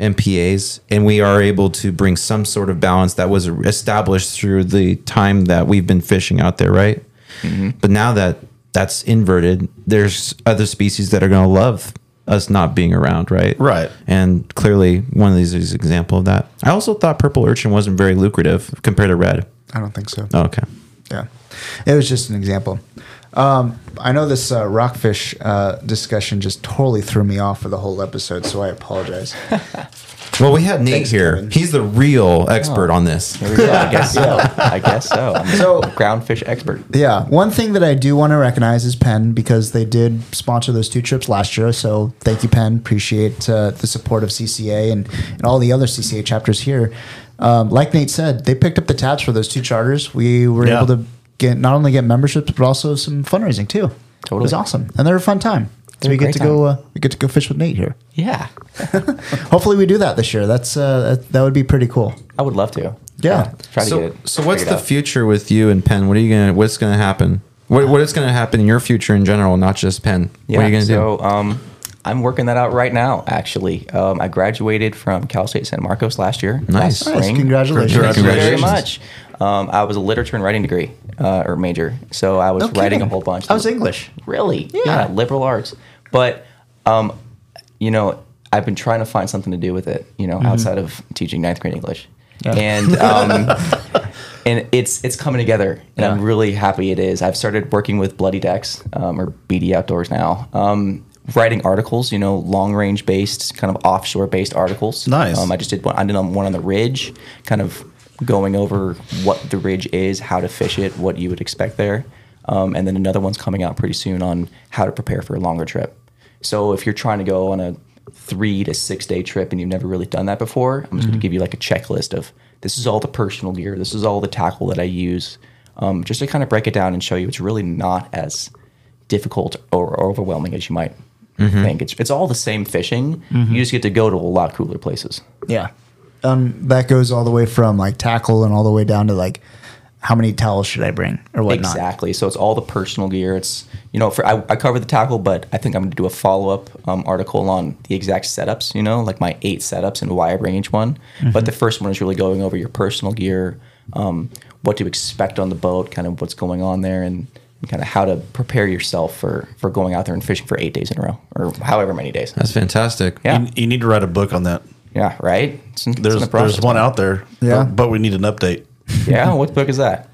MPAs, and we are able to bring some sort of balance that was established through the time that we've been fishing out there, right? But now that that's inverted, there's other species that are going to love us not being around, right? Right. And clearly, one of these is an example of that. I also thought purple urchin wasn't very lucrative compared to red. I don't think so. Oh, okay. Yeah, it was just an example. Um, I know this uh, rockfish uh, discussion just totally threw me off for the whole episode, so I apologize. Well, we had Nate Thanks, here. Kevin. He's the real expert on this. Here Oh. we go. I guess so. I guess so. I'm So- a ground fish expert. yeah, one thing that I do want to recognize is Penn because they did sponsor those two trips last year. So thank you, Penn. Appreciate uh, the support of CCA and, and all the other CCA chapters here. Um, like Nate said, they picked up the tabs for those two charters. We were Yeah. able to get not only get memberships but also some fundraising too. it Totally. was awesome, and they were a fun time. So were we a get great to go. Uh, we get to go fish with Nate here. Yeah, Hopefully, we do that this year. That's uh, that, that would be pretty cool. I would love to. Yeah. Try to so, get it. so what's figured the out. future with you and Penn? What are you gonna? What's gonna happen? What what is gonna happen in your future in general, not just Penn? what are you gonna so, um, I'm working that out right now, actually. Um, I graduated from Cal State San Marcos last year. Nice. last Nice. spring. Congratulations. Thank you very Congratulations. much. Um, I was a literature and writing degree uh, or major. So I was No writing a kidding. whole bunch. I was English. Really? Yeah. liberal arts. But, um, you know, I've been trying to find something to do with it, you know, outside of teaching ninth grade English. And um, and it's it's coming together, and I'm really happy it is. I've started working with Bloody Decks um, or BD Outdoors now, um, writing articles. You know, long range based, kind of offshore based articles. Nice. Um, I just did one. I did on one on the ridge, kind of going over what the ridge is, how to fish it, what you would expect there, um, and then another one's coming out pretty soon on how to prepare for a longer trip. So if you're trying to go on a three to six day trip and you've never really done that before, I'm just going to give you like a checklist of this is all the personal gear, this is all the tackle that I use, um, just to kind of break it down and show you it's really not as difficult or overwhelming as you might think. It's it's all the same fishing. You just get to go to a lot cooler places. Yeah. Um, that goes all the way from like tackle and all the way down to like how many towels should I bring or whatnot. Exactly. So it's all the personal gear. It's you know, for I, I cover the tackle, but I think I'm going to do a follow up um, article on the exact setups. You know, like my eight setups and why I bring each one. Mm-hmm. But the first one is really going over your personal gear, um, what to expect on the boat, kind of what's going on there, and, and kind of how to prepare yourself for for going out there and fishing for eight days in a row or however many days. That's fantastic. Yeah. You, you need to write a book on that. Yeah. Right. It's in- it's in There's the there's process, one man. out there. Yeah. But, but we need an update. Yeah. What book is that?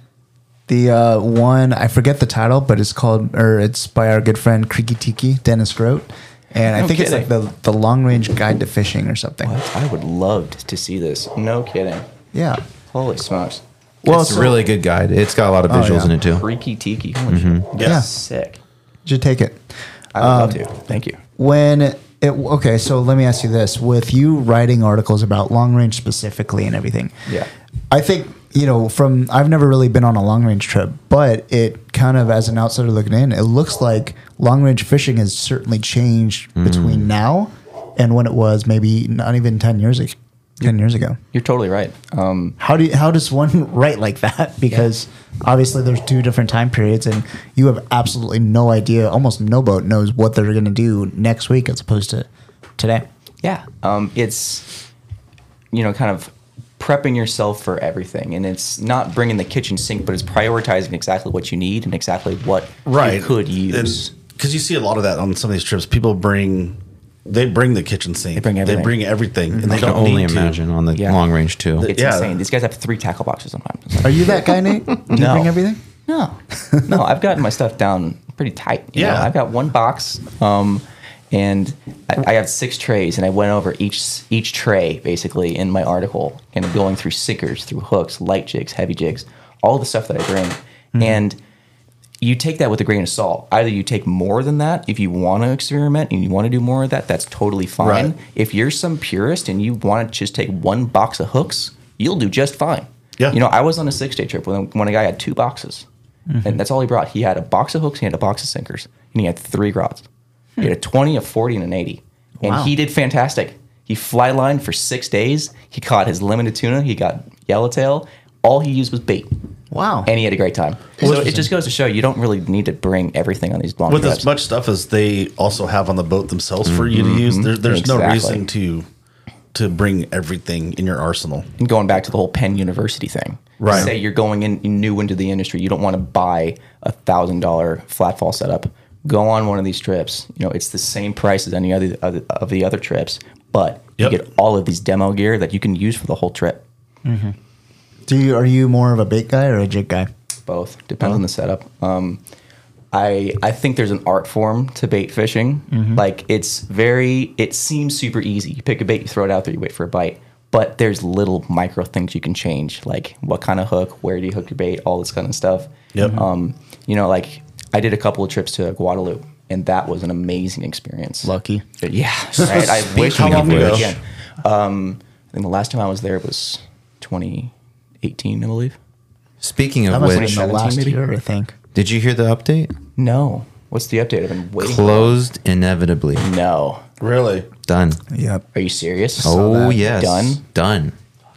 The uh, one I forget the title, but it's called or it's by our good friend Creaky Tiki Dennis Grote, and I No think it's like kidding. the the long range guide to fishing or something. I would love to see this. No kidding. Yeah. Holy smokes. Well, it's so- a really good guide. It's got a Oh, lot of visuals yeah. in it too. Freaky tiki. Holy shit. Yeah. Sick. Should take it. I would love to. Thank you. when it okay so let me ask you this with you writing articles about long range specifically and everything Yeah. i think you know from i've never really been on a long range trip but it kind of as an outsider looking in it looks like long range fishing has certainly changed between now and when it was maybe not even 10 years ago 10 years ago You're totally right. Um, how do you, how does one write like that because obviously there's two different time periods and you have absolutely no idea almost no boat knows what they're going to do next week as opposed to today yeah. Um, it's, you know, kind of prepping yourself for everything. And it's not bringing the kitchen sink, but it's prioritizing exactly what you need and exactly what you could use. Because you see a lot of that on some of these trips. People bring, they bring the kitchen sink. They bring everything. everything, and they I can don't only need to. imagine on the Yeah. long range too. it's yeah. insane. These guys have three tackle boxes sometimes. It's like, are you that guy nate do you No. bring everything No, no, I've gotten my stuff down pretty tight. you know. Yeah. I've got one box, um, and I, I have six trays, and I went over each each tray basically in my article, and I'm going through sinkers, through hooks, light jigs, heavy jigs, all the stuff that I bring, and you take that with a grain of salt. Either you take more than that if you want to experiment and you want to do more of that, that's totally fine. Right. If you're some purist and you want to just take one box of hooks, you'll do just fine. Yeah. You know, I was on a six day trip when, when a guy had two boxes, Mm-hmm. and that's all he brought. He had a box of hooks, he had a box of sinkers, and he had three rods. He had a 20, a 40, and an 80. And Wow. he did fantastic. He fly lined for six days. He caught his limited tuna, he got yellowtail. All he used was bait wow and he had a great time. so it just goes to show you don't really need to bring everything on these long With trips. as much stuff as they also have on the boat themselves for you to use, there, there's no Mm-hmm. Exactly. reason to to bring everything in your arsenal. and going back to the whole Penn University thing, Right. Say you're going in new into the industry, you don't want to buy a thousand dollar flat fall setup. Go on one of these trips. You know it's the same price as any other, other of the other trips, but Yep. you get all of these demo gear that you can use for the whole trip. do you are you more of a bait guy or a jig guy both depends on the setup um, I, I think there's an art form to bait fishing like it's very it seems super easy you pick a bait you throw it out there you wait for a bite but there's little micro things you can change like what kind of hook where do you hook your bait all this kind of stuff Yep. um, you know like i did a couple of trips to guadalupe and that was an amazing experience lucky yeah right i wish we How could long do it ago? again um, i think the last time i was there was 2018 i believe Speaking that of must have which, been the 2017 last maybe? year i think did you hear the update? No. What's the update? I've been waiting. Closed inevitably. No. Really? Done. yep Are you serious? Oh yes. Done? Done.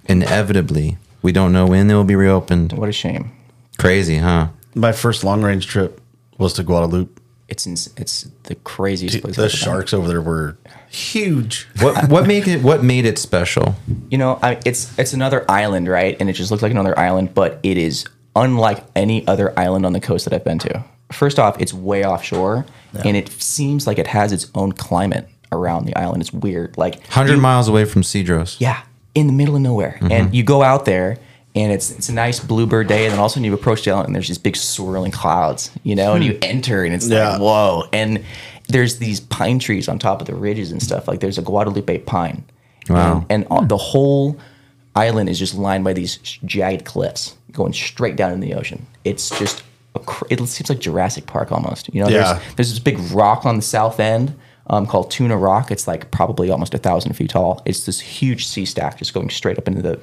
Inevitably. We don't know when it will be reopened. What a shame. Crazy, huh? My first long range trip was to Guadalupe. It's ins- it's the craziest place. The I've ever sharks over there were huge. What what made it what made it special? been. You know, I, it's it's another island, right? And it just looks like another island, but it is unlike any other island on the coast that I've been to. First off, it's way offshore, and it seems like it has its own climate around the island. It's weird. Like Hundred miles away from Cedros. Yeah, in the middle of nowhere. And you go out there and it's it's a nice bluebird day, and then all of a sudden you approach the island, and there's these big swirling clouds, you know, and you enter, and it's Yeah. like whoa, and there's these pine trees on top of the ridges and stuff. Like there's a Guadalupe pine, Wow. and, and all, the whole island is just lined by these sh- jagged cliffs going straight down in the ocean. It's just a cr- it seems like Jurassic Park almost. You know, Yeah. there's there's this big rock on the south end um, called Tuna Rock. It's like probably almost a thousand feet tall. It's this huge sea stack just going straight up into the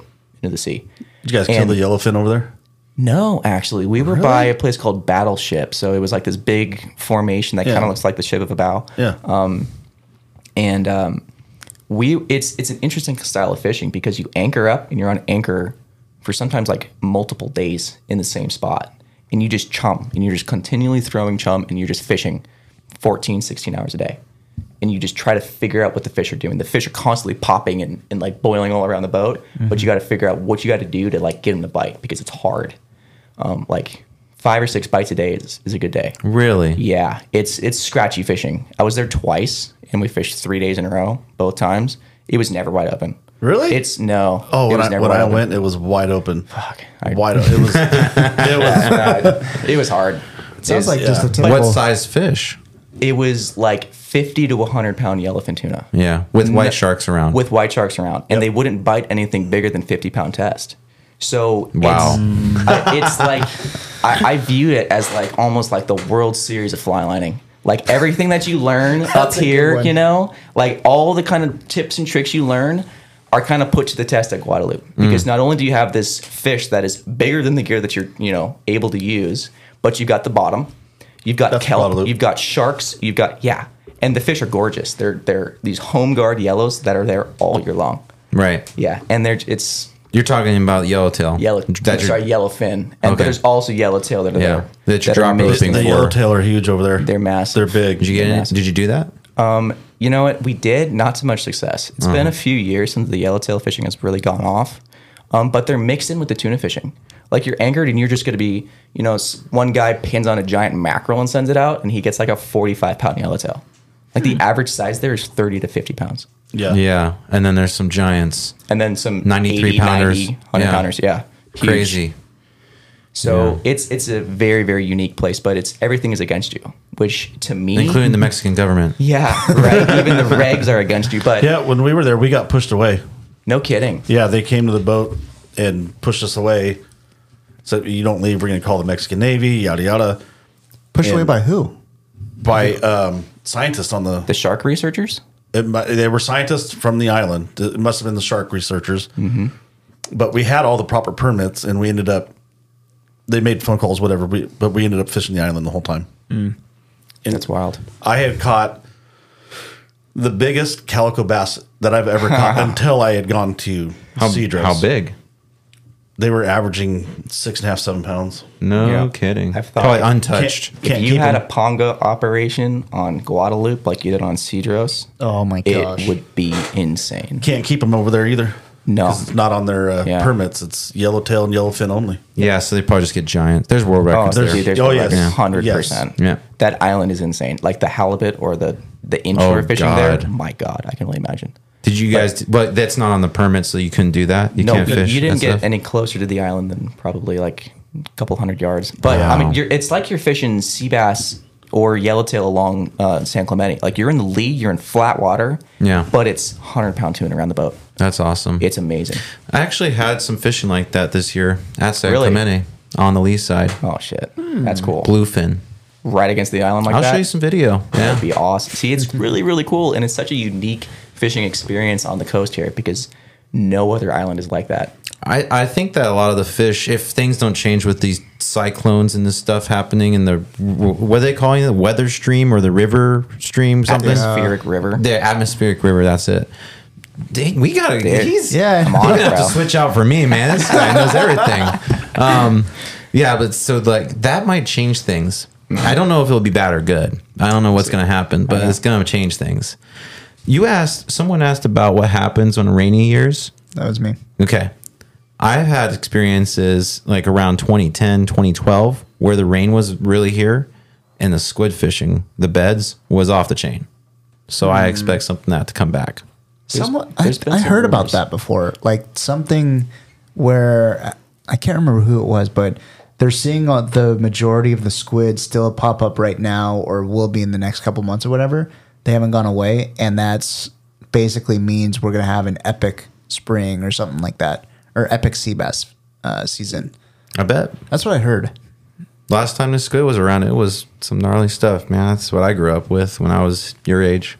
into the sea. Did you guys And- kill the yellowfin over there? No, actually, we were by a place called Battleship. So it was like this big formation that Yeah. kind of looks like the ship of a bow Yeah. Um, and um, we it's it's an interesting style of fishing because you anchor up and you're on anchor for sometimes like multiple days in the same spot and you just chum and you're just continually throwing chum and you're just fishing 14 16 hours a day and you just try to figure out what the fish are doing the fish are constantly popping and, and like boiling all around the boat but you got to figure out what you got to do to like get them to bite because it's hard um, like five or six bites a day is, is a good day Really? yeah, it's it's scratchy fishing. I was there twice, and we fished three days in a row. Both times, it was never wide open. Really? It's no. oh, it when, was I, when I open. went, it was wide open. Fuck. I- Wide open. It was. it was it was hard. It Sounds was, like just a yeah. typical. What size fish? it was like fifty to one hundred pound yellowfin tuna. Yeah, with white No- sharks around. With white sharks around, and they wouldn't bite anything bigger than fifty pound test. So Wow. it's, I- it's like I, I viewed it as like almost like the World Series of fly lining. Like everything that you learn up a good here, one. you know, like all the kind of tips and tricks you learn are kind of put to the test at Guadalupe Mm. because not only do you have this fish that is bigger than the gear that you're you know able to use, but you've got the bottom, you've got That's kelp, Guadalupe. you've got sharks, you've got yeah, and the fish are gorgeous. They're they're these home guard yellows that are there all year long. right. Yeah, and they're it's You're talking about yellowtail. yellow. That you're- sorry, yellowfin. And but Okay. there's also yellowtail that are Yeah, there. that you're are drop roping. amazing. the for- yellowtail are huge over there. They're massive. They're big. Did you get Yes. in? Did you do that? You know what? We did not so much success. It's Uh-huh. been a few years since the yellowtail fishing has really gone off, um, but they're mixed in with the tuna fishing. Like you're anchored and you're just going to be, you know, s- one guy pins on a giant mackerel and sends it out, and he gets like a 45 pound yellowtail. Like Hmm. the average size there is 30 to 50 pounds, yeah. Yeah. And then there's some giants. and then some 93 93 pounders. 100 Yeah. pounders. Yeah, Huge. Crazy. So it's it's a very very unique place, but it's everything is against you, which to me, Including the Mexican government. yeah, right. Even the regs are against you, but Yeah. When we were there, we got pushed away. no kidding. Yeah, they came to the boat and pushed us away. Said you don't leave. We're gonna call the Mexican Navy. Yada yada. Pushed away And- by who? By um, scientists on the The shark researchers. it, mu- they were scientists from the island. It must have been the shark researchers. Mm-hmm. But we had all the proper permits, and we ended up. They made phone calls, whatever. We, but we ended up fishing the island the whole time. That's wild. I had caught the biggest calico bass that I've ever caught until I had gone to How, Cedros. how big? They were averaging six and a half, seven pounds. No Yeah. kidding. I've thought- Probably untouched. Can't- If can't you keep had them. a ponga operation on Guadalupe like you did on Cedros, Oh my it gosh. would be insane. can't keep them over there either. No. 'Cause it's not on their uh, Yeah. permits. It's yellowtail and yellowfin only. Yeah, so they probably just get giant. There's world Oh, records there's, there. dude, there's oh, like yes. Yeah. 100%. Yeah. That island is insane. Like the halibut or the, the inshore Oh, fishing God. there. My God, I can only imagine. Did you guys? But that's not on the permit, so you couldn't do that. You No, can't you, fish. you and didn't get stuff? any closer to the island than probably like a couple hundred yards. But I Wow. mean, you're, it's like you're fishing sea bass or yellowtail along uh, San Clemente. Like you're in the lee, you're in flat water. Yeah. But it's hundred pound tuna around the boat. That's awesome. It's amazing. I actually had some fishing like that this year at San Really? Clemente on the lee side. Oh shit, that's cool. Bluefin. Right against the island like I'll that. show you some video. That'd Yeah. be awesome. See, it's really really cool, and it's such a unique fishing experience on the coast here because no other island is like that. I, I think that a lot of the fish, if things don't change with these cyclones and this stuff happening in the, what are they calling it? The weather stream or the river stream, something? Uh, Atmospheric river. The atmospheric river. That's it. Dang, we gotta. He's Yeah. I'm on You it, have to bro. switch out for me, man. This guy knows everything. Um, yeah, but so like that might change things. I don't know if it'll be bad or good. I don't know what's going to happen, but it's going to change things. You asked, someone asked about what happens on rainy years. That was me. Okay. I've had experiences like around 2010, 2012, where the rain was really here and the squid fishing, the beds was off the chain. So I expect something that to come back. Someone there's I, been I some heard about rumors. that before, like something where I can't remember who it was, but they're seeing uh, the majority of the squid still pop up right now, or will be in the next couple months or whatever. They haven't gone away, and that's basically means we're gonna have an epic spring or something like that, or epic sea bass uh, season. I bet. That's what I heard. Last time the squid was around, it was some gnarly stuff, man. That's what I grew up with when I was your age.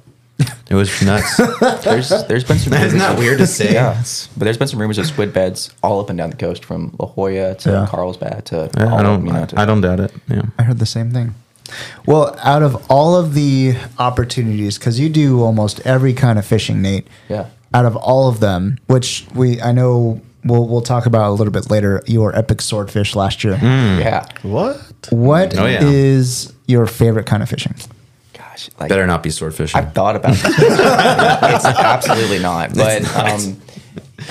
It was nuts. There's there's been some. Isn't that rumors- weird to say? Yeah, but there's been some rumors of squid beds all up and down the coast, from La Jolla to Yeah. Carlsbad to. Yeah, all I of don't. them, you know, to- I, I don't doubt it. Yeah. I heard the same thing. Well, out of all of the opportunities, because you do almost every kind of fishing, Nate. Yeah. Out of all of them, which we I know we'll we'll talk about a little bit later, your epic swordfish last year. Yeah. What? What is Hmm. Oh, yeah. your favorite kind of fishing? Gosh. Like, Better not be swordfishing. I've thought about this. it's absolutely not. But Um,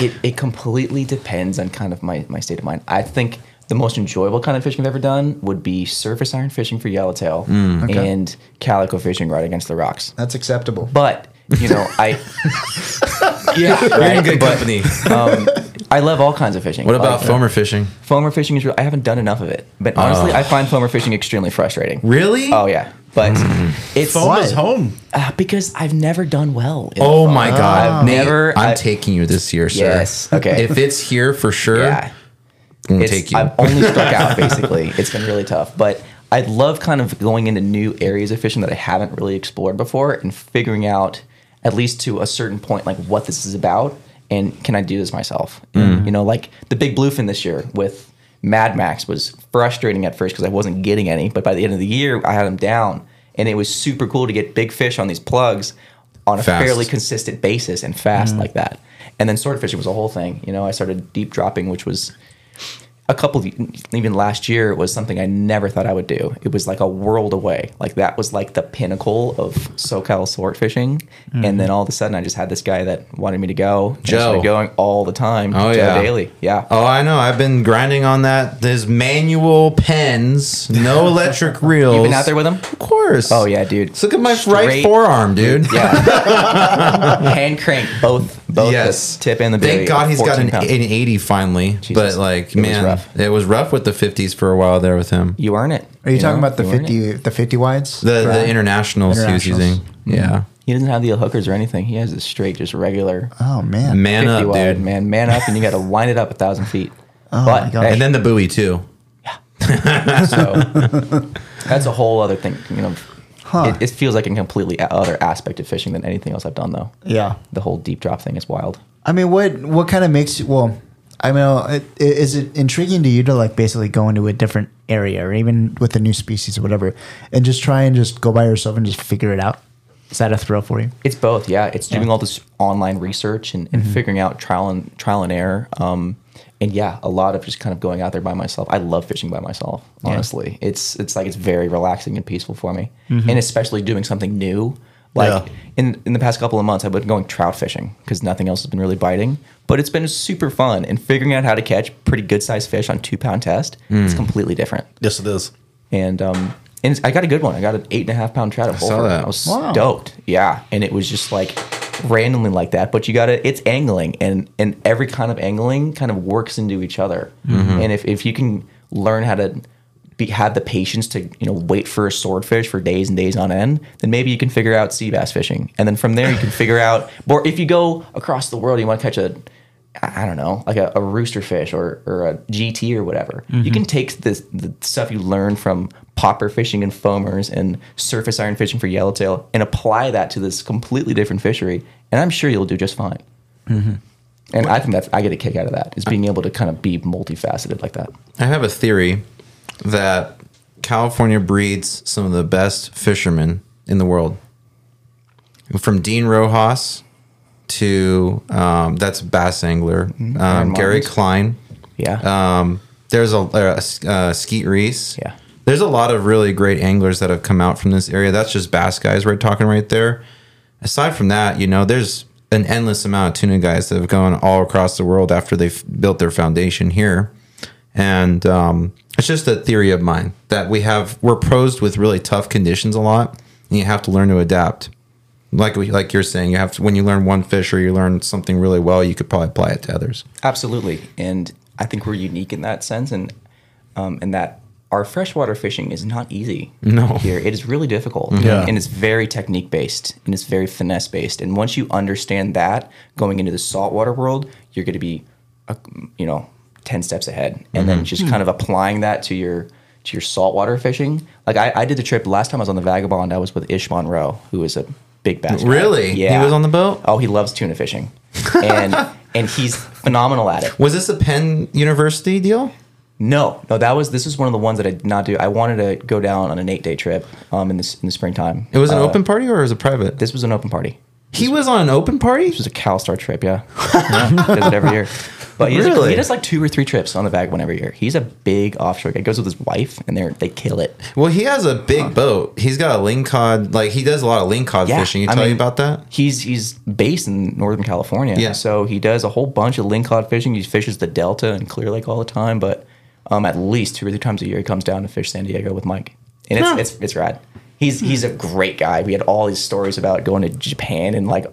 it, it completely depends on kind of my, my state of mind. I think the most enjoyable kind of fishing I've ever done would be surface iron fishing for yellowtail Mm. and calico fishing right against the rocks. That's acceptable. But, you know, I. yeah, You're in right. good company. Oh, Um, I love all kinds of fishing. What about Like, foamer fishing? Foamer fishing is real. I haven't done enough of it, but honestly, I find foamer fishing extremely frustrating. Oh. Really? Mm-hmm. Oh yeah, but it's Phone is home. uh, because I've never done well. in Oh the my phone. God! I've Nate, never. I'm I- taking you this year, sir. Yes, okay. If it's here for sure, Yeah, I'm gonna it's, take you. I've only stuck out basically. It's been really tough, but I love kind of going into new areas of fishing that I haven't really explored before and figuring out at least to a certain point like what this is about and can I do this myself? Mm. And, you know, like the big bluefin this year with Mad Max was frustrating at first because I wasn't getting any, but by the end of the year I had them down, and it was super cool to get big fish on these plugs on a Fast. Mm. fairly consistent basis and fast like that. And then sword fishing was a whole thing. You know, I started deep dropping, which was a couple of, even last year it was something I never thought I would do. It was like a world away. Like that was like the pinnacle of SoCal sword fishing. And then all of a sudden I just had this guy that wanted me to go. and I Hmm. Joe. started going all the time. Oh, Joe yeah. Daly. Yeah. Oh, I know. I've been grinding on that. There's manual pens, no electric reels. been out there with 'em? Of course. Oh, yeah, dude. Just look at my right Straight- forearm, dude. Yeah. Hand crank both both Yes. the tip and the Thank belly God at he's got 14 an, pounds. an 80 finally. But like, It was man, rough. it was rough with the 50s for a while there with him. You earn it. Are you, talking know? about the You earn it. fifty the fifty wides? The the internationals, he was Internationals. using. Mm-hmm. Yeah. He doesn't have the hookers or anything. He has this straight, just regular. oh man. Man 50 up, wide, dude. man. Man up, and you got to wind it up a thousand feet. Oh my but gosh. hey, And then the buoy too. so that's a whole other thing. You know, it, it feels like a completely a- other aspect of fishing than anything else I've done, though. Yeah. The whole deep drop thing is wild. I mean, what what kind of makes you? Well, I mean, uh, it- i- is it intriguing to you to like basically go into a different area or even with a new species or whatever, and just try and just go by yourself and just figure it out? Is that a thrill for you? It's both, yeah. It's doing all this online research and, and figuring out trial and trial and error. Um, and yeah, a lot of just kind of going out there by myself. I love fishing by myself. Honestly, it's it's like it's very relaxing and peaceful for me, and especially doing something new. Like Yeah. in in the past couple of months, I've been going trout fishing because nothing else has been really biting. But it's been super fun and figuring out how to catch pretty good sized fish on two pound test. It's completely different Yes, it is. and um and it's- I got a good one. I got an eight and a half pound trout at Boulder. that. I was Wow. stoked. Yeah, and it was just like randomly like that. But you got to it's angling, and and every kind of angling kind of works into each other. And if if you can learn how to be, have the patience to you know wait for a swordfish for days and days on end, then maybe you can figure out sea bass fishing, and then from there you can figure out. Or if you go across the world, you want to catch a I I don't know, like a, a rooster fish or, or a GT or whatever. You can take this the stuff you learn from popper fishing and foamers and surface iron fishing for yellowtail and apply that to this completely different fishery, and I'm sure you'll do just fine. And I think that's I get a kick out of that is being able to kind of be multifaceted like that. I have a theory that California breeds some of the best fishermen in the world. From Dean Rojas to um, that's a bass angler um, Gary Martins. Klein. Yeah, Um, there's a, uh, uh, Skeet Reese. Yeah. There's a lot of really great anglers that have come out from this area. That's just bass guys we're talking right there. Aside from that, you know, there's an endless amount of tuna guys that have gone all across the world after they've built their foundation here. And um, it's just a theory of mine that we have, we're posed with really tough conditions a lot, and you have to learn to adapt. Like, we- like you're saying, you have to, when you learn one fish or you learn something really well, you could probably apply it to others. Absolutely. And I think we're unique in that sense, and um, and that our freshwater fishing is not easy. No. Mm-hmm. here it is really difficult. Yeah. and it's very technique based and it's very finesse based. And once you understand that, going into the saltwater world, you're going to be, uh, you know, ten steps ahead. And then Mm-hmm. just kind of applying that to your to your saltwater fishing. Like I, I did the trip last time I was on the Vagabond. I was with Ish Monroe, who is a big bass. guy. Really? He Yeah, was on the boat? Oh, he loves tuna fishing, and and he's phenomenal at it. Was this a Penn University deal? No, no, that was this is one of the ones that I did not do. I wanted to go down on an eight day trip um, in this in the springtime. It was an Uh, open party or it was it private? This was an open party. he was on an open party? It was a CalStar trip, yeah. yeah does it every year. But he, does, Really? he does like two or three trips on the bag one every year. He's a big offshore guy. He goes with his wife, and they they kill it. Well, he has a big boat. He's got a lingcod. Like he does a lot of lingcod Yeah, fishing. You I tell you mean- about that? He's he's based in Northern California, Yeah. so he does a whole bunch of lingcod fishing. He fishes the Delta and Clear Lake all the time, but um, at least two or three times a year he comes down to fish San Diego with Mike, and it's Huh. it's it's rad. He's he's a great guy. We had all these stories about going to Japan and like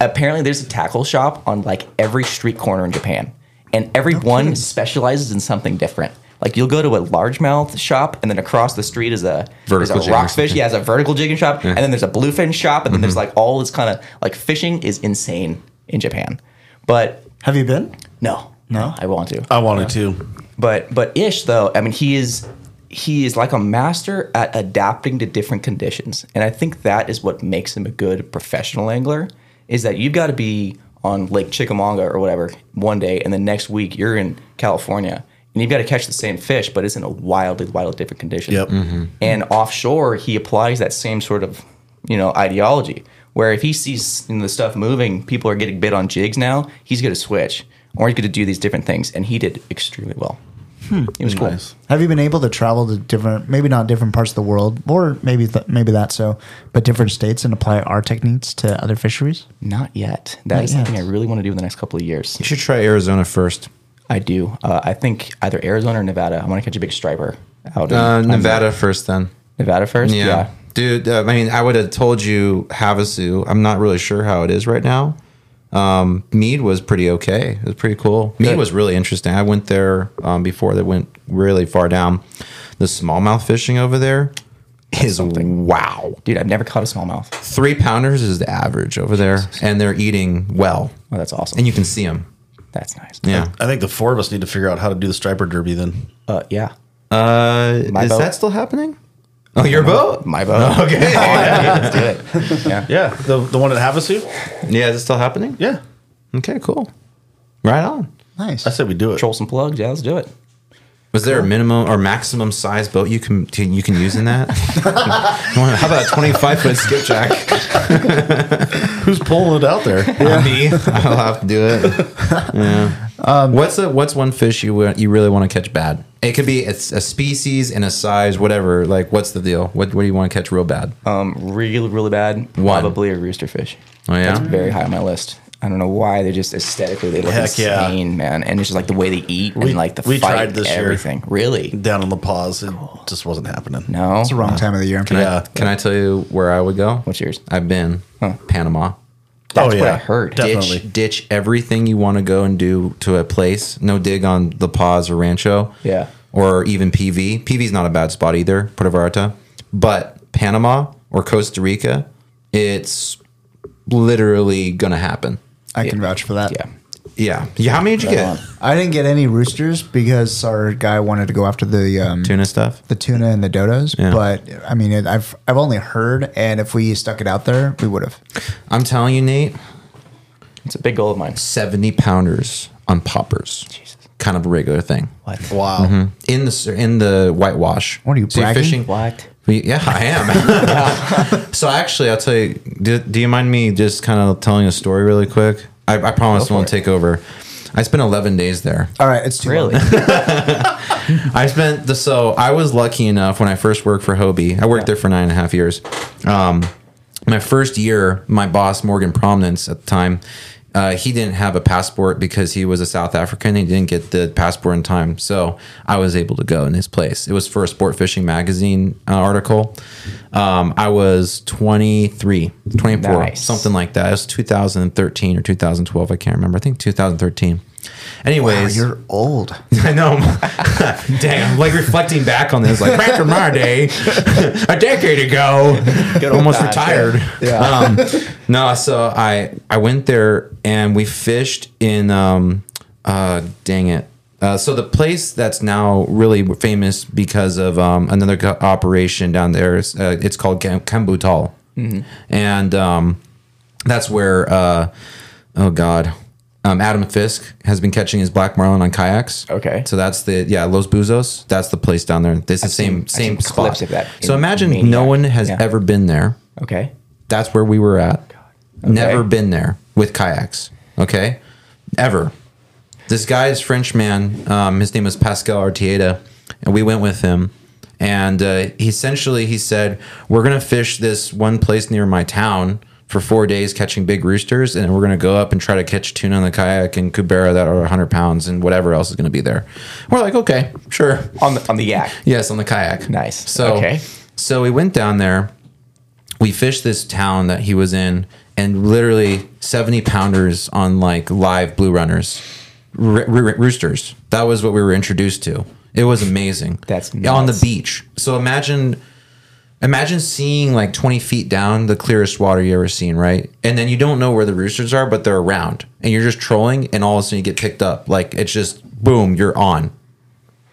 apparently there's a tackle shop on like every street corner in Japan, and everyone specializes in something different. Like you'll go to a largemouth shop, and then across the street is a Vertical there's a jig or rockfish. something. Mm-hmm. Yeah, has a vertical jigging shop, and then there's a bluefin shop, and then there's like all this kind of like fishing is insane in Japan. But Have you been? no, No? I want to. I wanted to. But but Ish though, I mean, he is he is like a master at adapting to different conditions, and I think that is what makes him a good professional angler. Is that you've got to be on Lake Chickamauga or whatever one day, and the next week you're in California, and you've got to catch the same fish, but it's in a wildly wildly different condition. Yep. Mhm. And offshore, he applies that same sort of you know ideology where if he sees you know, the stuff moving, people are getting bit on jigs now. He's going to switch, or he's going to do these different things, and he did extremely well. It was cool. Nice. Have you been able to travel to different, maybe not different parts of the world, or maybe th- maybe that so, but different states and apply our techniques to other fisheries? Not yet. That is yet. something I really want to do in the next couple of years. You should try Arizona first. I do. Uh, I think either Arizona or Nevada. I want to catch a big striper out in Uh, I'm- Nevada first, then. Nevada first. Yeah. Dude, uh, I mean, I would have told you Havasu. I'm not really sure how it is right now. Um, Mead was pretty okay. It was pretty cool. Mead Good. was really interesting. I went there um, before they went really far down. The smallmouth fishing over there is wow. dude, I've never caught a smallmouth. Three pounders is the average over there, and they're eating well. Oh, that's awesome. And you can see them. that's nice. Yeah. I think the four of us need to figure out how to do the striper derby then. Uh, yeah. Uh, is My boat. that still happening? Oh, your boat? My boat. Okay. Let's do it. Yeah. Yeah. The the one at Havasu? yeah, is it still happening? Yeah. Okay, cool. Right on. Nice. I said we do it. Troll some plugs. Yeah, let's do it. Was there a minimum or maximum size boat you can you can use in that? How about a twenty five foot skipjack? Who's pulling it out there? Me, I'll have to do it. Yeah. what's a, what's one fish you wa- you really want to catch bad? It could be it's a species and a size, whatever. Like, what's the deal? What what do you want to catch real bad? Um, really, really bad. One. Probably a rooster fish. Oh, yeah? That's very high on my list. I don't know why they just aesthetically they look Heck yeah. insane, man. And it's just like the way they eat We- and like the we fight, tried this year. everything. Really? Down in La Paz. It just wasn't happening. No. it's the wrong time of the year. Can I- yeah. can I tell you where I would go? What's yours? I've been Panama. That's Oh, what yeah. I heard. Def- ditch Definitely. ditch everything you want to go and do to a place. No dig on the Paz or Rancho. Yeah. Or even PV. PV's not a bad spot either, Puerto Vallarta. But Panama or Costa Rica, it's literally gonna happen. I can vouch for that. Yeah. Yeah. Yeah, how many did you get? I didn't get any roosters because our guy wanted to go after the um, Tuna stuff. the tuna and the dodos. Yeah. But I mean, it, I've I've only heard, and if we stuck it out there, we would have. I'm telling you, Nate, It's a big goal of mine. 70 pounders on poppers. Jesus. Kind of a regular thing. Wow. mm-hmm. In the sur- in the whitewash. What are you, So you're bragging? fishing What? We- Yeah, I am. so actually, I'll tell you. Do, do you mind me just kind of telling a story really quick? I, I promise it won't take over. I spent 11 days there. All right, it's too Really? long. I spent the so I was lucky enough when I first worked for Hobie. I worked there for nine and a half years. Um, my first year, my boss Morgan Prominence at the time, uh, he didn't have a passport because he was a South African. He didn't get the passport in time, so I was able to go in his place. It was for a Sport Fishing magazine uh, article. Um, I was 23, 24, Nice. something like that. It was 2013 or 2012. I can't remember. I think 2013. Anyways, Wow, you're old. I know. Damn, like reflecting back on this, like back in my day, a decade ago, almost retired. Yeah. Um, no, so I I went there and we fished in. Um, uh, dang it. Uh, so the place that's now really famous because of um, another co- operation down there, is, uh, it's called Kem- Kembutal, and um, that's where uh, oh god, um, Adam Fisk has been catching his black marlin on kayaks. Okay. so that's the yeah Los Buzos. That's the place down there. This is the same seen- I've same seen spot. clips of that so in imagine Maniac. no one has Yeah. ever been there. Okay. That's where we were at. Never Okay. been there with kayaks. Okay, ever. This guy is French man. Um, his name is Pascal Artieda, and we went with him. And uh, he essentially he said, "We're gonna fish this one place near my town for four days, catching big roosters, and we're gonna go up and try to catch tuna on the kayak and kubera that are 100 pounds and whatever else is gonna be there." We're like, "Okay, sure." On the on the yak. Yes, on the kayak. Nice. So Okay. so we went down there. We fished this town that he was in, and literally seventy pounders on like live blue runners, ro- ro- roosters. That was what we were introduced to. It was amazing. That's on the nuts. beach. So imagine. Imagine seeing like 20 feet down the clearest water you ever seen, right? And then you don't know where the roosters are, but they're around. And you're just trolling, and all of a sudden you get picked up. Like it's just boom, you're on.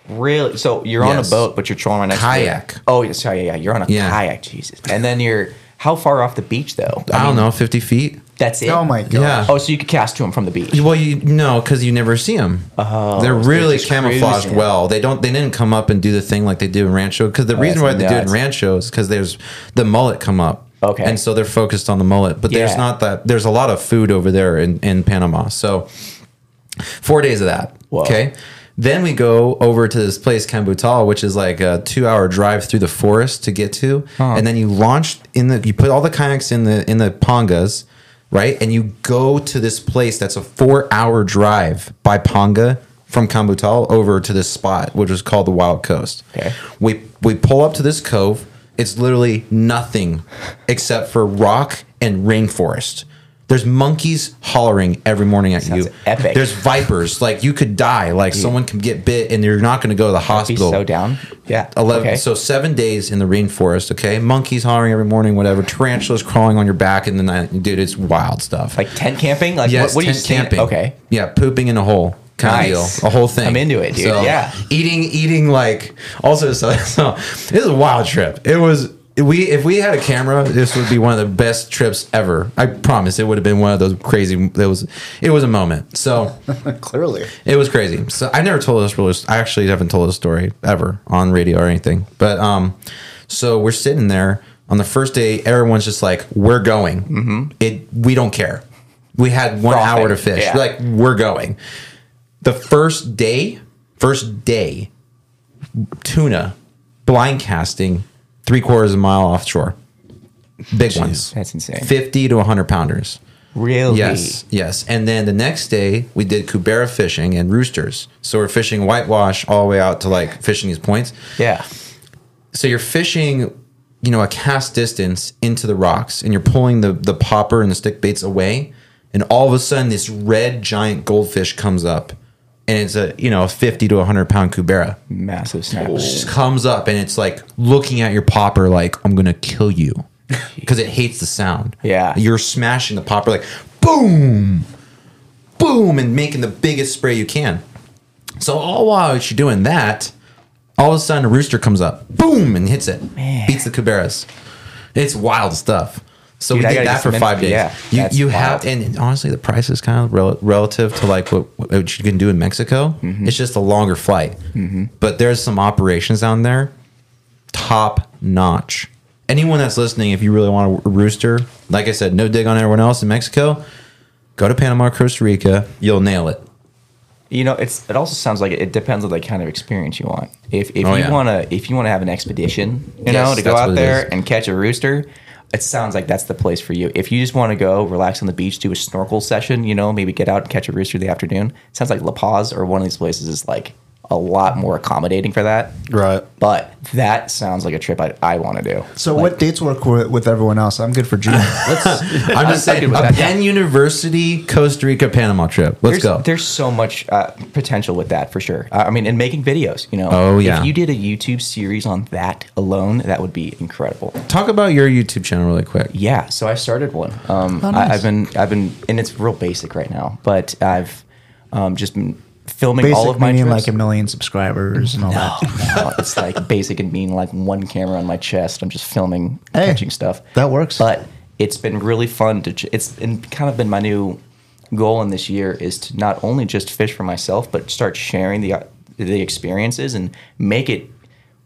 Really? So you're on Yes. a boat, but you're trolling right next Kayak. To it. oh, yeah, sorry, yeah, yeah. You're on a Yeah. kayak, Jesus. And then you're how far off the beach though? I don't know, 50 feet? That's it. Oh my god. Yeah. Oh, so you could cast to him from the beach. Well, you no, because you never see them. they're so they're really Uh-huh. just camouflaged cruising. well. They don't. They didn't come up and do the thing like they do in Rancho. Because the reason why Oh, that's they do it in nuts. Rancho is because there's the mullet come up. Okay. And so they're focused on the mullet, but there's Yeah. not that. There's a lot of food over there in in Panama. So four days of that. Whoa. Okay. Then we go over to this place, Cambutal, which is like a two-hour drive through the forest to get to, and then you launch in the you put all the kayaks in the in the pongas, right? And you go to this place that's a four-hour drive by Ponga from Cambutal over to this spot, which is called the Wild Coast. Okay. We we pull up to this cove. It's literally nothing except for rock and rainforest. There's monkeys hollering every morning at Sounds you. epic. There's vipers. Like you could die. Like someone can get bit, and you're not going to go to the Be hospital. so down. Yeah. Eleven. Okay. So seven days in the rainforest. Okay, monkeys hollering every morning. Whatever. Tarantulas crawling on your back in the night. Dude, it's wild stuff. like tent camping? Like yes, what, what are you tent seeing? camping. Okay. Yeah, pooping in a hole. Kind Nice. of deal. A whole thing. I'm into it, dude. Yeah. Eating, eating like also. So, so this is a wild trip. It was. We if we had a camera, this would be one of the best trips ever. I promise. It would have been one of those crazy. It was. It was a moment. So. Clearly. It was crazy. So I never told this real. I actually haven't told this story ever on radio or anything. But um, so we're sitting there on the first day. Everyone's just like, "We're going." Mm-hmm. It. We don't care. We had one Frothing. hour to fish. Yeah. We're like, "We're going." The first day, first day, tuna, blind casting, three quarters of a mile offshore, big ones. That's insane. Fifty to hundred pounders. Really? Yes, yes. And then the next day we did Kubera fishing and roosters. So we're fishing whitewash all the way out to like fishing these points. Yeah. So you're fishing, you know, a cast distance into the rocks and you're pulling the the popper and the stick baits away. And all of a sudden this red giant goldfish comes up and it's a, you know, a 50 to 100 pound Kubera Massive snappers. just comes up and it's like looking at your popper like I'm gonna kill you because it hates the sound. Yeah. you're smashing the popper like boom, boom, and making the biggest spray you can. So all while you're doing that, all of a sudden a rooster comes up, boom, and hits it, beats the Cuberas. It's wild stuff. So Dude, I we did gotta that get for some five info. days. Yeah, you that's you have wild. and honestly the price is kind of rel- relative to like what, what you can do in Mexico. Mm-hmm. It's just a longer flight, but there's some operations down there, top notch. Anyone that's listening, if you really want a rooster, like I said, no dig on everyone else in Mexico. Go to Panama, Costa Rica, you'll nail it. You know, it's it also sounds like it, it depends on the kind of experience you want. If if Oh, you yeah. wanna if you wanna have an expedition, you know, Yes, to go that's what out it there is. and catch a rooster, it sounds like that's the place for you. If you just want to go relax on the beach, do a snorkel session, you know, maybe get out and catch a rooster in the afternoon. Sounds like La Paz or one of these places is like a lot more accommodating for that. Right. But that sounds like a trip I, I want to do. So what dates work with, with everyone else? I'm good for June. Let's, I'm just saying, a good with that, yeah. Penn University, Costa Rica, Panama trip. Let's there's, go. There's so much uh, potential with that for sure. Uh, I mean, and making videos, you know. Oh, yeah. If you did a YouTube series on that alone, that would be incredible. Talk about your YouTube channel really quick. Yeah, so I started one. Um, I, I've been, I've been, and it's real basic right now, but I've um, just been filming Basic all of my meaning trips. like a million subscribers and all that. No, it's like basic and being like one camera on my chest. I'm just filming, Hey, catching stuff. that works. But it's been really fun to. ch- It's been kind of been my new goal in this year is to not only just fish for myself, but start sharing the uh, the experiences and make it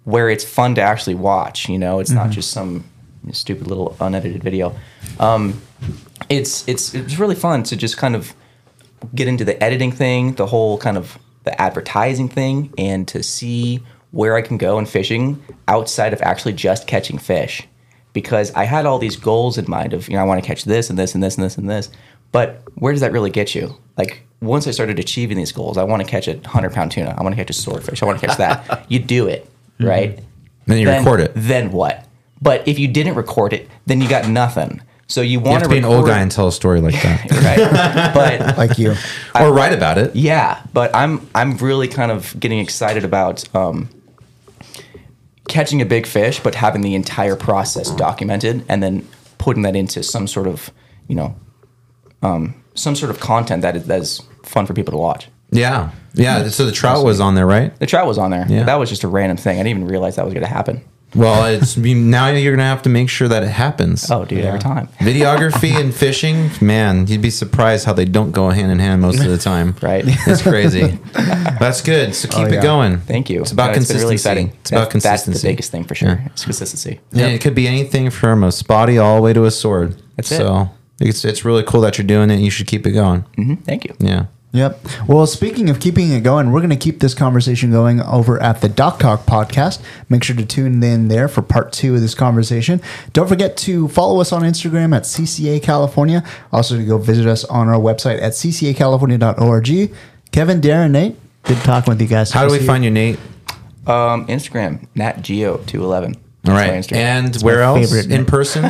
where it's fun to actually watch. You know, it's not Mm-hmm. just some stupid little unedited video. Um, it's it's it's really fun to just kind of get into the editing thing, the whole kind of the advertising thing, and to see where I can go in fishing outside of actually just catching fish. Because I had all these goals in mind of, you know, I want to catch this and this and this and this and this. But where does that really get you? Like, once I started achieving these goals, I want to catch a 100 pound tuna. I want to catch a swordfish. I want to catch that. you do it, right? Then Mm-hmm. you record it. Then what? But if you didnn't record it, then you got nothing. So you You want have to be record an old guy and tell a story like that, right? But like you. or write about it. yeah, but I'm I'm really kind of getting excited about um, catching a big fish, but having the entire process documented and then putting that into some sort of you know um, some sort of content that is that is fun for people to watch. Yeah, yeah. So the trout was on there, right? The trout was on there. Yeah. That was just a random thing. I didn't even realize that was going to happen. Well, it's you- now you're gonna have to make sure that it happens. Oh, dude, every time. Videography and fishing, man, you'd be surprised how they don't go hand in hand most of the time. Right. Oh, It's crazy. That's good. So keep yeah. it going. Thank you. It's about No, consistency. been really exciting. It's about That's- consistency. That's the biggest thing for sure. It's consistency. And it could be anything from a spotty all the way to a sword. That's it. so it's it's really cool that you're doing it. You should keep it going. hmm Thank you. Yeah. Yep. Well, speaking of keeping it going, we're going to keep this conversation going over at the Doc Talk podcast. Make sure to tune in there for part two of this conversation. Don't forget to follow us on Instagram at CCA California. Also, to go visit us on our website at ccacalifornia.org. Kevin, Darren, Nate, good talking with you guys. How do we find you, Nate? Um, Instagram, Nat Geo two eleven. All right. And where else? favorite. In person?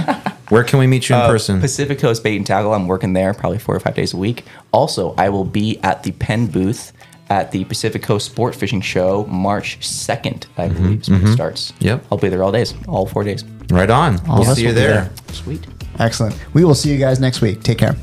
where can we meet you in person? Pacific Coast Bait and Tackle. I'm working there probably four or five days a week. Also, I will be at the Penn booth at the Pacific Coast Sport Fishing Show March 2nd, I believe, is when it starts. Mm-hmm. Yep. I'll be there all days, all four days. Right on. of we'll us see you will be there. there. Sweet. Excellent. We will see you guys next week. Take care.